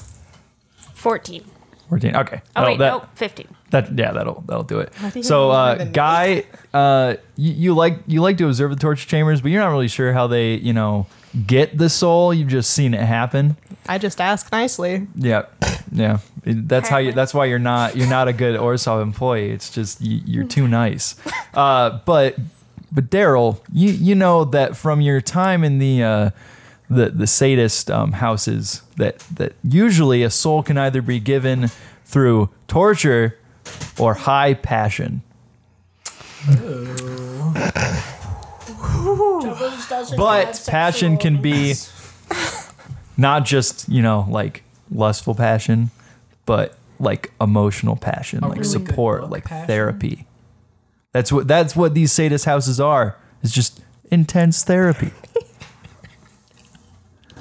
Speaker 10: 14.
Speaker 3: Fourteen. Okay.
Speaker 10: Oh,
Speaker 3: That'll-
Speaker 10: wait,
Speaker 3: that-
Speaker 10: nope, 15.
Speaker 3: That yeah, that'll that'll do it.
Speaker 10: I think
Speaker 3: So
Speaker 10: I'm
Speaker 3: uh,
Speaker 10: older than me.
Speaker 3: guy, uh, you, you like you like to observe the torture chambers, but you're not really sure how they you know get the soul. You've just seen it happen.
Speaker 9: I just asked nicely.
Speaker 3: Yeah, yeah. It- That's how you. That's why you're not you're not a good Orsov employee. It's just you, you're too nice. Uh, but but Daryl, you you know that from your time in the uh, the the sadist um, houses that that usually a soul can either be given through torture or high passion.
Speaker 6: Oh.
Speaker 3: But passion can be not just, you know, like lustful passion, but like emotional passion, like
Speaker 11: really good
Speaker 3: support,
Speaker 11: book
Speaker 3: like
Speaker 11: passion.
Speaker 3: therapy. That's what that's what these sadist houses are. It's just intense therapy.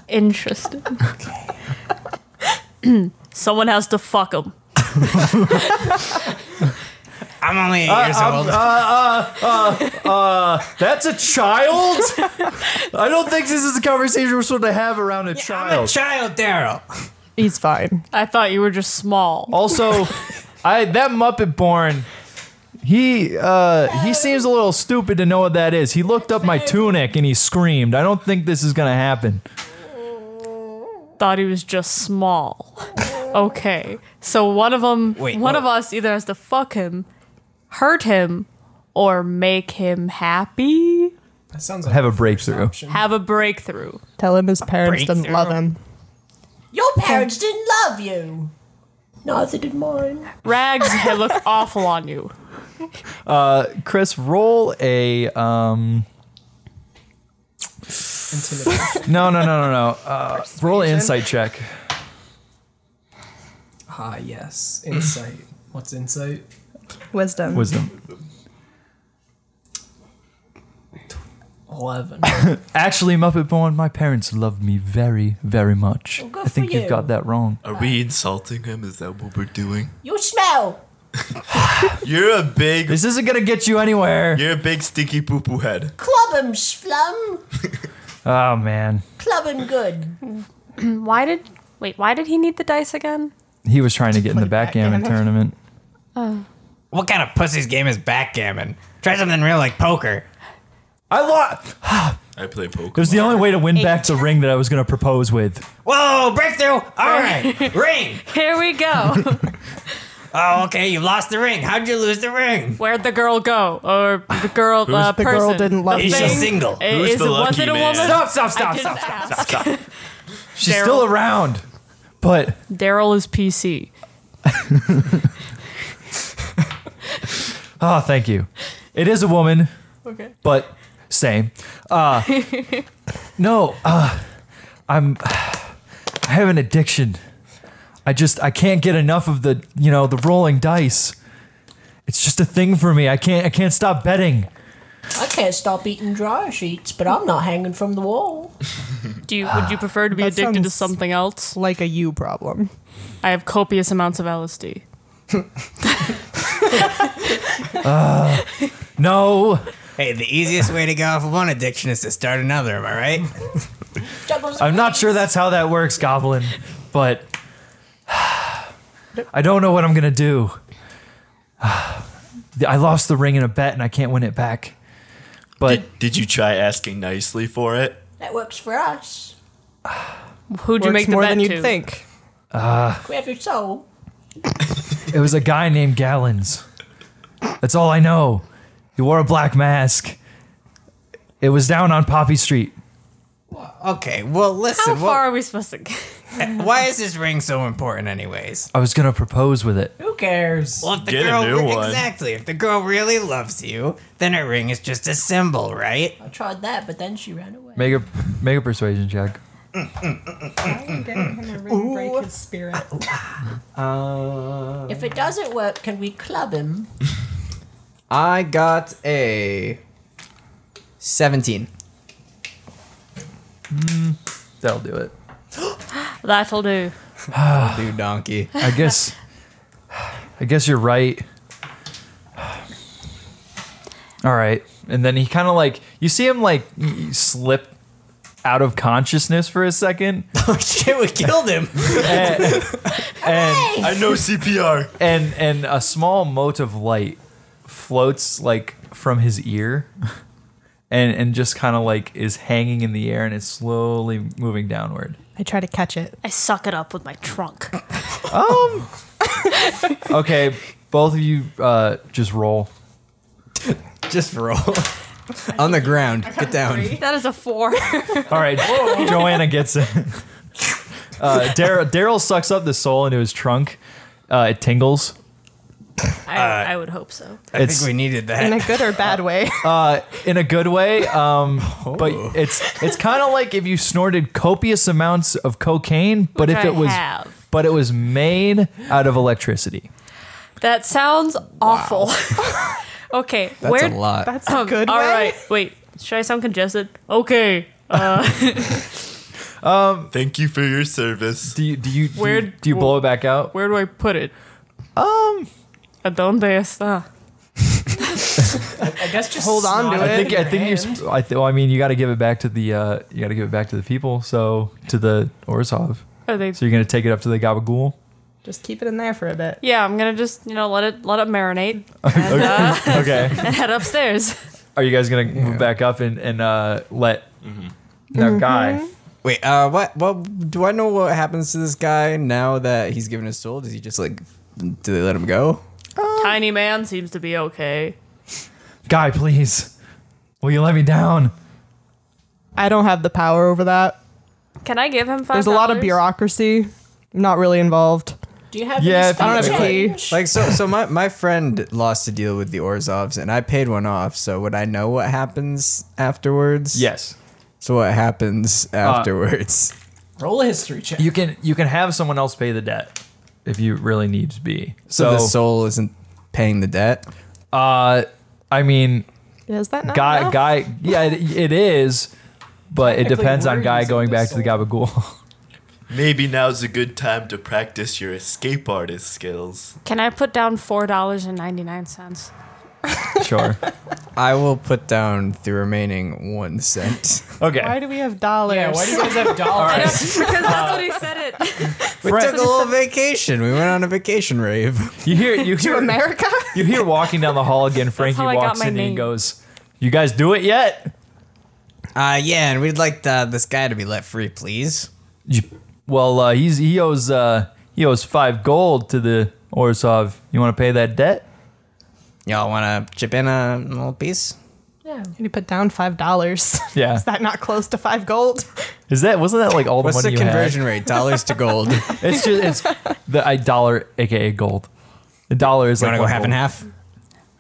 Speaker 10: Interesting. Someone has to fuck them.
Speaker 8: I'm only eight
Speaker 3: Uh,
Speaker 8: years
Speaker 3: I'm-
Speaker 8: old.
Speaker 3: uh, uh, uh, that's a child? I don't think this is a conversation we're supposed to have around a child.
Speaker 8: I'm a child, Daryl.
Speaker 9: He's fine.
Speaker 10: I thought you were just small.
Speaker 3: Also, I that Muppet Born, he uh he seems a little stupid to know what that is. He looked up my tunic and he screamed. I don't think this is gonna happen.
Speaker 10: thought he was just small. okay, so one of them,
Speaker 8: Wait,
Speaker 10: one
Speaker 8: no.
Speaker 10: of us either has to fuck him, hurt him, or make him happy.
Speaker 8: That sounds
Speaker 3: Have a breakthrough.
Speaker 10: Have a breakthrough.
Speaker 9: Tell him his parents didn't love him.
Speaker 7: Your parents didn't love you. Neither did mine.
Speaker 10: Rags they look awful on you.
Speaker 3: Uh, Chris, roll a um. no, no, no, no, no. Uh, roll an insight check.
Speaker 6: Ah, yes. Insight. What's insight?
Speaker 9: Wisdom.
Speaker 3: Wisdom.
Speaker 6: 11.
Speaker 3: Actually, Muppet Born, my parents loved me very, very much. I think
Speaker 7: for
Speaker 3: you've got
Speaker 7: you.
Speaker 3: that wrong.
Speaker 5: Are we insulting him? Is that what we're doing?
Speaker 7: You smell.
Speaker 5: You're a big.
Speaker 3: This isn't gonna get you anywhere.
Speaker 5: You're a big stinky poo poo head.
Speaker 7: Club 'em, Schlum.
Speaker 3: Oh man,
Speaker 7: Club 'em good.
Speaker 10: why did wait? Why did he need the dice again?
Speaker 3: he was trying to get in the backgammon
Speaker 10: backgammon.
Speaker 3: tournament.
Speaker 10: Oh.
Speaker 8: What kind of pussy's game is backgammon? Try something real like poker.
Speaker 3: I lost.
Speaker 5: I play poker.
Speaker 3: It was the only way to win back the ring that I was going to propose with.
Speaker 8: Whoa, breakthrough! All right, ring.
Speaker 10: Here we go.
Speaker 8: Oh, okay, you lost the ring. How'd you lose the ring?
Speaker 10: Where'd the girl go? Or the girl,
Speaker 8: Who's
Speaker 10: uh,
Speaker 8: the
Speaker 10: person?
Speaker 8: girl didn't love
Speaker 10: The
Speaker 8: you? Is she
Speaker 10: thing?
Speaker 8: single?
Speaker 10: I-
Speaker 8: Who's
Speaker 10: is
Speaker 8: the
Speaker 10: it, was
Speaker 8: lucky
Speaker 10: it a
Speaker 8: man?
Speaker 10: woman?
Speaker 8: Stop, stop,
Speaker 10: I
Speaker 8: stop,
Speaker 10: didn't
Speaker 8: stop,
Speaker 10: ask.
Speaker 8: stop, stop.
Speaker 3: She's
Speaker 10: Daryl.
Speaker 3: still around, but
Speaker 10: Daryl is PC.
Speaker 3: oh, thank you. It is a woman,
Speaker 10: Okay.
Speaker 3: but same. Uh, no, uh, I'm. I have an addiction. I just I can't get enough of the you know the rolling dice. It's just a thing for me. I can't I can't stop betting.
Speaker 7: I can't stop eating dryer sheets, but I'm not hanging from the wall.
Speaker 10: Do you would you prefer to be
Speaker 9: That
Speaker 10: addicted to
Speaker 9: sounds
Speaker 10: something else?
Speaker 9: Like a you problem.
Speaker 10: I have copious amounts of LSD.
Speaker 3: Uh, no.
Speaker 8: Hey, the easiest way to go off of one addiction is to start another. Am I right?
Speaker 3: I'm not sure that's how that works, Goblin, but I don't know what I'm gonna do. I lost the ring in a bet and I can't win it back. But
Speaker 5: Did you try asking nicely for it?
Speaker 7: That works for us.
Speaker 10: Who'd you
Speaker 9: Works
Speaker 10: make the
Speaker 9: more
Speaker 10: bet
Speaker 9: than you'd
Speaker 10: to?
Speaker 9: think.
Speaker 3: uh,
Speaker 7: We have your soul.
Speaker 3: it was a guy named Gallons. That's all I know. He wore a black mask. It was down on Poppy Street.
Speaker 8: Okay, well, listen.
Speaker 10: How
Speaker 8: what-
Speaker 10: far are we supposed to get?
Speaker 8: why is this ring so important, anyways?
Speaker 3: I was gonna propose with it.
Speaker 8: Who cares? Well, if the
Speaker 3: Get a
Speaker 8: girl
Speaker 3: new
Speaker 8: re-
Speaker 3: one.
Speaker 8: exactly. If the girl really loves you, then her ring is just a symbol, right?
Speaker 7: I tried that, but then she ran away.
Speaker 3: Make a make a persuasion check.
Speaker 7: getting him a ring break his spirit.
Speaker 4: Uh,
Speaker 7: If it doesn't work, can we club him?
Speaker 4: I got a 17.
Speaker 3: Mm, that'll do it.
Speaker 10: That'll do.
Speaker 3: Do
Speaker 4: donkey.
Speaker 3: I guess. I guess you're right. All right, and then he kind of like you see him like slip out of consciousness for a second. oh
Speaker 8: shit! We killed him.
Speaker 3: and
Speaker 5: I know CPR.
Speaker 3: And and a small mote of light floats like from his ear, and and just kind of like is hanging in the air, and it's slowly moving downward.
Speaker 9: I try to catch it.
Speaker 10: I suck it up with my trunk.
Speaker 3: Um. okay, both of you uh, just roll.
Speaker 4: Just roll. On the ground. Get down.
Speaker 3: Um,
Speaker 10: That is a four.
Speaker 3: All right, Joanna gets it. Uh, Dar- Daryl sucks up the soul into his trunk. Uh, it tingles.
Speaker 10: I, I would hope so.
Speaker 3: It's-
Speaker 9: in a good or bad way.
Speaker 3: Uh, in a good way, um, but
Speaker 4: Oh.
Speaker 3: it's it's kind of like if you snorted copious amounts of cocaine, but
Speaker 10: Which
Speaker 3: if
Speaker 10: I
Speaker 3: it was
Speaker 10: have.
Speaker 3: but it was made out of electricity.
Speaker 10: That sounds awful. okay,
Speaker 3: That's a
Speaker 10: where?
Speaker 3: lot. That's
Speaker 10: a good. All right, wait. Should I sound congested? Okay. Uh,
Speaker 3: Um,
Speaker 5: Thank you for your service.
Speaker 3: Do you do you
Speaker 10: Where-
Speaker 3: do you, do you blow it back out?
Speaker 10: where do I put it?
Speaker 3: Um,
Speaker 10: donde está?
Speaker 6: I guess just
Speaker 9: Hold on
Speaker 6: snot
Speaker 9: to
Speaker 6: in
Speaker 3: I think
Speaker 6: your
Speaker 3: I think you.
Speaker 6: hand.
Speaker 3: Sp- I, th- well, I mean, you got to give it back to the uh, you got to give it back to the people. So to the Orzov.
Speaker 10: Are they-
Speaker 3: So you're gonna take it up to the Gabagool.
Speaker 9: Just keep it in there for a bit.
Speaker 10: Yeah, I'm gonna just you know let it let it marinate. And, uh,
Speaker 3: okay.
Speaker 10: and head upstairs.
Speaker 3: Are you guys gonna move back up and and uh, let
Speaker 6: Mm-hmm.
Speaker 3: that guy?
Speaker 4: Wait, uh, what? What? Do I know what happens to this guy now that he's given his soul? Does he just like? Do they let him go?
Speaker 9: Oh.
Speaker 10: Tiny man seems to be okay.
Speaker 3: Guy, please. Will you let me down?
Speaker 9: I don't have the power over that.
Speaker 10: Can I give him five?
Speaker 9: There's a lot of
Speaker 10: dollars?
Speaker 9: bureaucracy. I'm not really involved.
Speaker 7: Do you have?
Speaker 9: Yeah, if you- I don't have a key.
Speaker 4: Like so, so my, my friend lost a deal with the Orzovs, and I paid one off. So would I know what happens afterwards?
Speaker 3: Yes. Uh,
Speaker 4: So what happens afterwards?
Speaker 6: Uh, Roll a history check.
Speaker 3: You can you can have someone else pay the debt if you really need to be.
Speaker 4: so, the
Speaker 3: So,
Speaker 4: soul isn't paying the debt.
Speaker 3: uh, I mean,
Speaker 9: Is that not
Speaker 3: guy
Speaker 9: enough?
Speaker 3: guy, yeah, it, it is, but it
Speaker 9: Technically,
Speaker 3: depends on
Speaker 9: we're
Speaker 3: guy
Speaker 9: using
Speaker 3: going
Speaker 9: the
Speaker 3: back to the Gabagool.
Speaker 5: Maybe now's a good time to practice your escape artist skills.
Speaker 10: Can I put down four dollars and ninety nine cents?
Speaker 3: sure.
Speaker 4: I will put down the remaining one cent.
Speaker 9: Why do we have dollars?
Speaker 6: Yeah, why do you guys have dollars? Uh,
Speaker 10: because that's what he said it.
Speaker 4: We took a little vacation. We went on a vacation rave.
Speaker 3: You hear you hear
Speaker 9: America?
Speaker 3: You hear walking down the hall again. Frankie
Speaker 10: how I got
Speaker 3: walks
Speaker 10: my
Speaker 3: in and he
Speaker 10: name.
Speaker 3: goes, "You guys do it yet?"
Speaker 8: Uh, yeah, and we'd like uh this guy to be let free, please.
Speaker 3: You, well, uh, he's he owes uh, he owes five gold to the Orzov. You want to pay that debt?
Speaker 8: Y'all want to chip in a little piece?
Speaker 9: Yeah. And you put down five dollars.
Speaker 3: Yeah.
Speaker 9: Is that not close to five gold?
Speaker 3: Is that wasn't that like all the
Speaker 4: What's
Speaker 3: money
Speaker 4: the
Speaker 3: you had?
Speaker 4: conversion rate? Dollars to gold.
Speaker 3: It's just it's the I dollar aka gold. The dollar is
Speaker 4: You
Speaker 3: like
Speaker 4: wanna go
Speaker 3: one
Speaker 4: half and
Speaker 3: gold.
Speaker 4: half?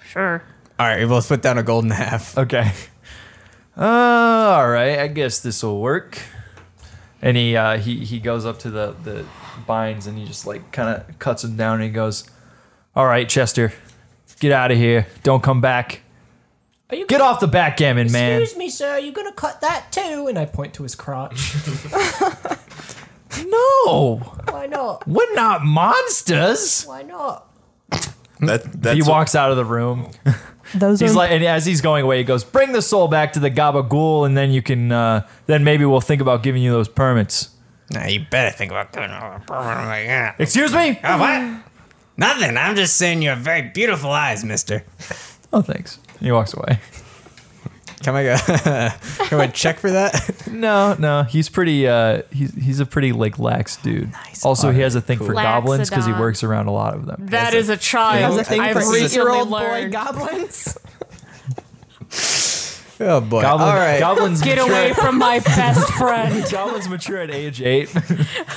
Speaker 10: Sure.
Speaker 4: All right, we both put down a gold and a half.
Speaker 3: Okay. Uh, all right, I guess this will work. And he uh, he he goes up to the the binds and he just like kind of cuts him down and he goes, "All right, Chester, get out of here. Don't come back.
Speaker 7: Are you
Speaker 3: Get off the backgammon, man."
Speaker 7: Excuse me, sir. Are you gonna cut that too? And I
Speaker 6: Point to his crotch.
Speaker 3: No,
Speaker 7: Why not?
Speaker 3: we're not monsters.
Speaker 7: Why not?
Speaker 3: he walks out of the room.
Speaker 9: Those
Speaker 3: he's
Speaker 9: are-
Speaker 3: like, and as he's going away, he goes, "Bring the soul back to the Gabagool, and then you can, uh, then maybe we'll think about giving you those permits."
Speaker 8: Nah, you better think about coming over permanently. Yeah.
Speaker 3: Excuse me?
Speaker 8: Oh, what? Nothing. I'm just saying you have very beautiful eyes, mister.
Speaker 3: Oh, thanks. He walks away.
Speaker 4: Can I go? can I check for that?
Speaker 3: No, no, he's pretty. Uh, he's he's a pretty like lax dude. Also, he has a thing for
Speaker 10: Cool.
Speaker 3: goblins because he
Speaker 10: Laxodon.
Speaker 3: works around a lot of them.
Speaker 10: That is a child.
Speaker 9: That's a thing
Speaker 10: I've
Speaker 9: for
Speaker 10: recently
Speaker 9: eight-year-old boy
Speaker 10: learned.
Speaker 9: goblins.
Speaker 4: Oh boy!
Speaker 3: Goblin-
Speaker 4: All right,
Speaker 3: goblins
Speaker 10: Get away from my best friend.
Speaker 3: Goblins mature at age eight.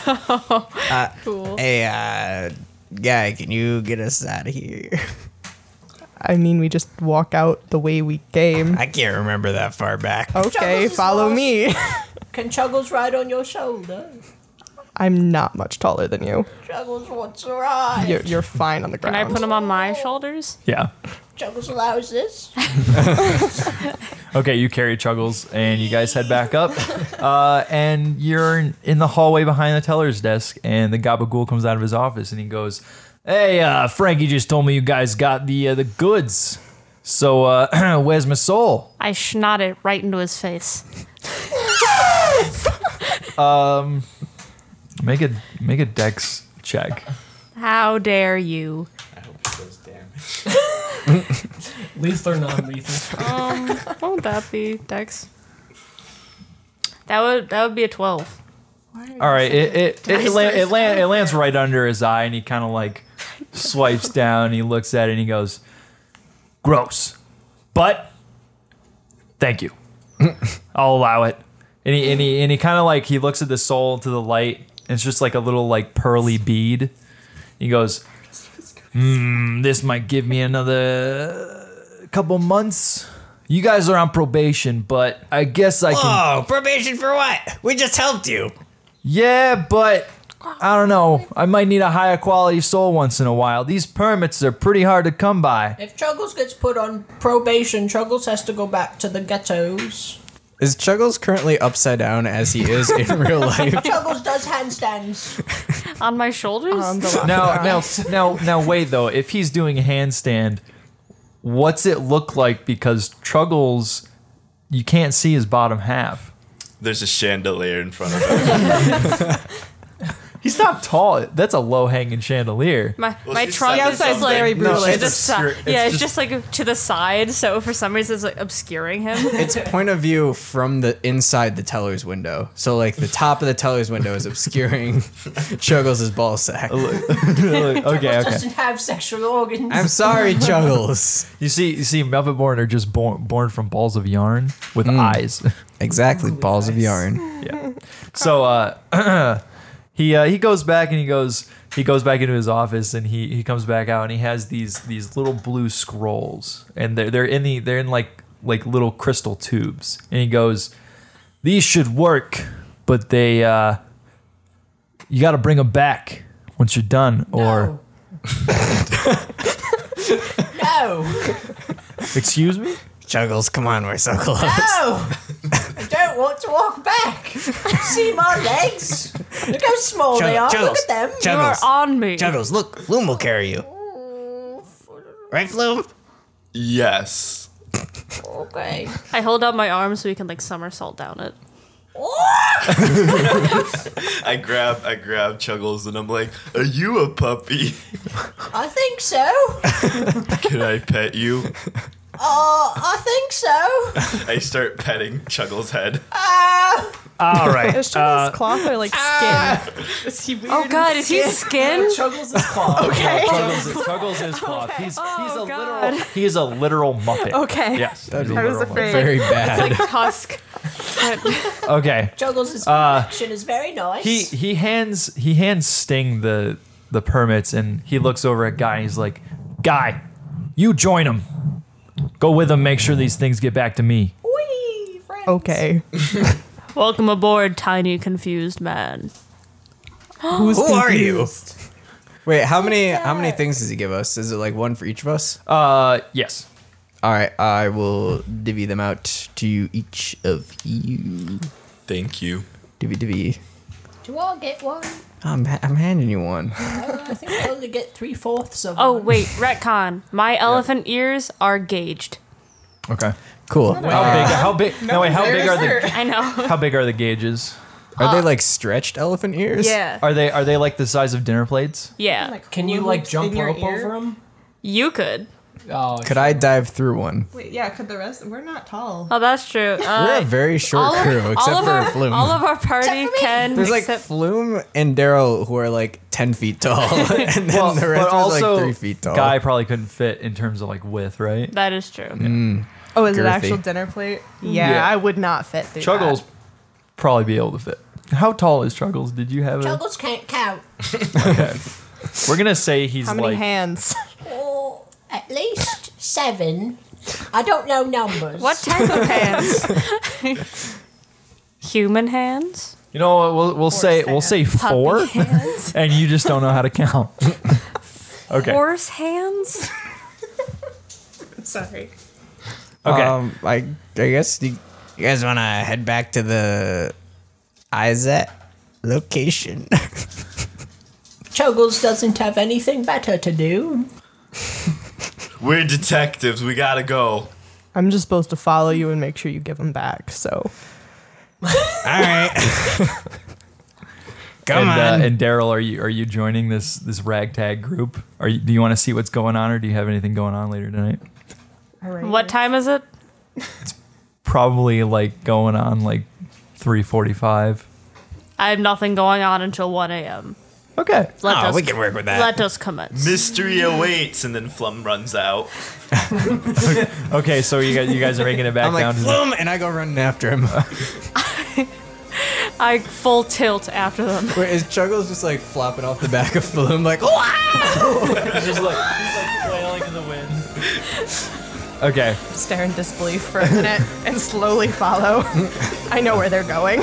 Speaker 4: Uh,
Speaker 10: Cool.
Speaker 4: Hey, uh, guy, can you get us out of here?
Speaker 9: I mean, we just walk out the way we came.
Speaker 8: I can't remember that far back.
Speaker 9: Okay, follow me.
Speaker 7: Can Chuggles ride on your shoulder?
Speaker 9: I'm not much taller than you.
Speaker 7: Chuggles wants to ride.
Speaker 9: You're, you're fine on the
Speaker 10: Can
Speaker 9: ground.
Speaker 10: I put him on my shoulders?
Speaker 3: yeah.
Speaker 7: Chuggles allows this.
Speaker 3: Okay, you carry Chuggles, and you guys head back up. Uh, and you're in the hallway behind the teller's desk, and the Gabagool comes out of his office, and he goes, "Hey, uh, Frankie just told me you guys got the uh, the goods. So uh, where's my soul?
Speaker 10: I snot it right into his face.
Speaker 3: Um, make a make a dex check.
Speaker 10: How dare you?
Speaker 6: lethal or non-lethal?
Speaker 10: Um, what would that be, Dex? That would that would be a twelve.
Speaker 3: All right, it it it,
Speaker 10: Nice,
Speaker 3: la-
Speaker 10: nice.
Speaker 3: it, land, it lands right under his eye, and he kind of like swipes down. He looks at it, and he goes, "Gross, but thank you. I'll allow it." And he and he, and he kind of like he looks at the soul to the light, and it's just like a little like pearly bead. He goes, "Hmm, this might give me another couple months." You guys are on probation, but I guess I can.
Speaker 8: Whoa, probation for what? We just helped you.
Speaker 3: Yeah, but I don't know. I might need a higher quality soul once in a while. These permits are pretty hard to come by.
Speaker 7: If Chuggles gets put on probation, Chuggles has to go back to the ghettos.
Speaker 4: Is Chuggles currently upside down as he is in real life?
Speaker 7: Chuggles does handstands.
Speaker 10: On my shoulders?
Speaker 3: Now, now, now, now, wait though. If he's doing a handstand, what's it look like? Because Truggles, you can't see his bottom half.
Speaker 5: There's a chandelier in front of him.
Speaker 3: He's not tall. That's a low hanging chandelier.
Speaker 10: My,
Speaker 5: Well,
Speaker 10: my
Speaker 5: she's
Speaker 10: trunk
Speaker 5: said
Speaker 10: is just like
Speaker 9: very
Speaker 3: No,
Speaker 9: brutally.
Speaker 3: she's
Speaker 10: to the
Speaker 3: just
Speaker 10: side.
Speaker 3: obscure-
Speaker 10: Yeah,
Speaker 3: it's
Speaker 10: it's just like to the side. So for some reason, it's like obscuring him.
Speaker 4: It's point of view from the inside the teller's window. So like the top of the teller's window is obscuring Chuggles' ball sack.
Speaker 3: okay, okay.
Speaker 7: Doesn't have sexual organs.
Speaker 4: I'm sorry, Chuggles.
Speaker 3: You see, you see, Melvin are just born born from balls of yarn with eyes.
Speaker 4: Mm. Exactly, balls of yarn.
Speaker 3: yeah. So uh, he uh, he goes back and he goes he goes back into his office and he he comes back out and he has these these little blue scrolls and they're they're in the they're in like like little crystal tubes and he goes these should work but they uh you got to bring them back once you're done or
Speaker 7: No,
Speaker 3: excuse me
Speaker 8: Chuggles, come on, we're
Speaker 7: Oh,
Speaker 8: so close.
Speaker 7: no. I don't want to walk back. See my legs? Look how small Oh, they are. Look at them.
Speaker 10: You are on me.
Speaker 8: Chuggles, look, Flume will carry you. Right, Flume?
Speaker 5: yes.
Speaker 7: Okay.
Speaker 10: I hold out my arm so he can like somersault down it.
Speaker 5: I grab I grab Chuggles and I'm like, "Are you a puppy?
Speaker 7: I think so.
Speaker 5: Can I pet you?"
Speaker 7: Uh, I think so.
Speaker 5: I start petting Chuggles' head.
Speaker 7: Uh,
Speaker 3: all uh,
Speaker 9: Is Chuggles' claw or like skin?
Speaker 6: Is he weird?
Speaker 10: Oh God, is he skin?
Speaker 6: Chuggles is claw.
Speaker 9: Okay.
Speaker 3: Chuggles is, Chuggles is cloth. He's,
Speaker 10: Oh,
Speaker 3: he's a literal he is a literal muppet.
Speaker 9: Okay.
Speaker 3: Yes.
Speaker 4: That'd
Speaker 3: he's a
Speaker 4: be
Speaker 9: I was
Speaker 3: literal muppet.
Speaker 9: afraid.
Speaker 4: Very bad.
Speaker 10: Like Tusk.
Speaker 3: Okay.
Speaker 7: Chuggles'
Speaker 3: Uh,
Speaker 7: complexion is very nice.
Speaker 3: he he hands he hands Sting the the permits and he looks over at Guy and he's like, Guy, you join him. Go with him. Make sure these things get back to me.
Speaker 7: Whee, friends.
Speaker 9: Okay.
Speaker 10: Welcome aboard, tiny confused man.
Speaker 9: Who's
Speaker 8: Who are you?
Speaker 9: confused?
Speaker 4: Wait, how many how many things does he give us? Is it like one for each of us?
Speaker 3: Uh, yes.
Speaker 4: All right, I will divvy them out to each of you.
Speaker 5: Thank you.
Speaker 4: Divvy divvy.
Speaker 7: Do I get one?
Speaker 4: I'm ha- I'm handing you one.
Speaker 7: Uh, I think I only get three fourths of
Speaker 10: Oh
Speaker 7: one.
Speaker 10: wait, retcon. My elephant ears are gauged.
Speaker 3: Okay.
Speaker 4: Cool.
Speaker 3: How big? How big? No, wait. How big are the
Speaker 10: I know.
Speaker 3: how big are the gauges?
Speaker 4: Are they like stretched elephant ears?
Speaker 3: Are they are they like the size of dinner plates?
Speaker 10: Yeah.
Speaker 6: Can you like jump
Speaker 9: in your
Speaker 6: rope
Speaker 9: ear?
Speaker 6: over him?
Speaker 10: You could.
Speaker 6: Oh,
Speaker 4: Could I dive through one?
Speaker 9: Wait, yeah, could the rest? We're not tall.
Speaker 10: Oh, that's true.
Speaker 4: We're
Speaker 10: Uh,
Speaker 4: a very short crew, except for
Speaker 10: our,
Speaker 4: Flume.
Speaker 10: All of our party can
Speaker 4: There's like
Speaker 10: except
Speaker 4: Flume and Daryl who are like ten feet tall, Oh, and then the rest are like three feet tall.
Speaker 3: Guy probably couldn't fit in terms of like width, right?
Speaker 10: that is true.
Speaker 4: Mm.
Speaker 9: Oh, is it
Speaker 3: Girthy.
Speaker 9: actual dinner plate? Yeah,
Speaker 3: Yeah.
Speaker 9: I would not fit through
Speaker 3: Chuggles probably be able to fit. How tall is Chuggles? Did you have a?
Speaker 7: Chuggles can't count.
Speaker 3: Okay. We're gonna say he's
Speaker 9: How many
Speaker 3: like
Speaker 9: hands?
Speaker 7: Oh, at least seven. I don't know numbers.
Speaker 10: What type of hands? Human hands?
Speaker 3: you know what, we'll we'll say we'll say four,
Speaker 10: Puppy hands?
Speaker 3: and you just don't know how to count. okay.
Speaker 10: Horse hands? Sorry.
Speaker 3: Okay.
Speaker 4: Um, I, I guess you, you guys want to head back to the Isaac location.
Speaker 7: Chuggles doesn't have anything better to do.
Speaker 5: We're detectives. We gotta go.
Speaker 9: I'm just supposed to follow you and make sure you give them back. So,
Speaker 3: All right.
Speaker 4: Come
Speaker 3: and,
Speaker 4: on.
Speaker 3: Uh, and Daryl, are you are you joining this this ragtag group? Are you, do you want to see what's going on, or do you have anything going on later tonight?
Speaker 10: What time is it?
Speaker 3: Probably like going on like three forty five.
Speaker 10: I have nothing going on until 1 a.m.
Speaker 3: Okay.
Speaker 10: Let
Speaker 4: Ah,
Speaker 5: Oh,
Speaker 10: us,
Speaker 5: we can work with that.
Speaker 10: Let us commence.
Speaker 5: Mystery awaits, and then Flum runs out.
Speaker 3: Okay, so you guys you guys are making it back
Speaker 4: I'm like,
Speaker 3: down to
Speaker 4: "Flum," and I go running after him.
Speaker 10: I full tilt after them.
Speaker 4: Wait, is Chuggles just like flopping off the back of Flume like, wow?
Speaker 3: just like, flailing in the wind. Okay.
Speaker 9: stare in disbelief for a minute and slowly follow. I know where they're going.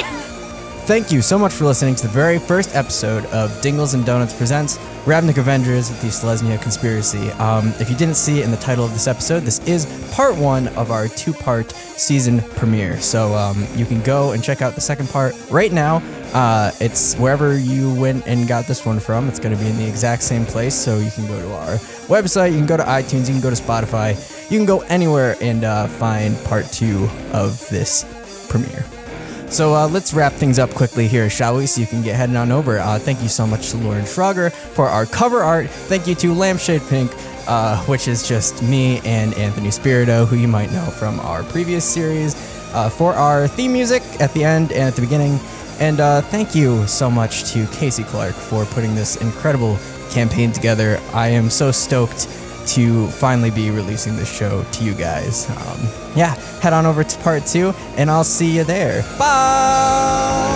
Speaker 4: Thank you so much for listening to the very first episode of Dingles and Donuts Presents Ravnik Avengers The Selesnya Conspiracy. Um, if you didn't see it in the title of this episode, this is part one of our two part season premiere. So um, you can go and check out the second part right now. Uh, it's wherever you went and got this one from, it's going to be in the exact same place. So you can go to our website, you can go to iTunes, you can go to Spotify, you can go anywhere and uh, find part two of this premiere. So uh, let's wrap things up quickly here, shall we? So you can get heading on over. Uh, thank you so much to Lauren Schrager for our cover art. Thank you to Lampshade Pink, uh, which is just me and Anthony Spirito, who you might know from our previous series, uh, for our theme music at the end and at the beginning. And uh, thank you so much to Casey Clark for putting this incredible campaign together. I am so stoked to finally be releasing this show to you guys. Um, yeah, head on over to part two, and I'll see you there. Bye!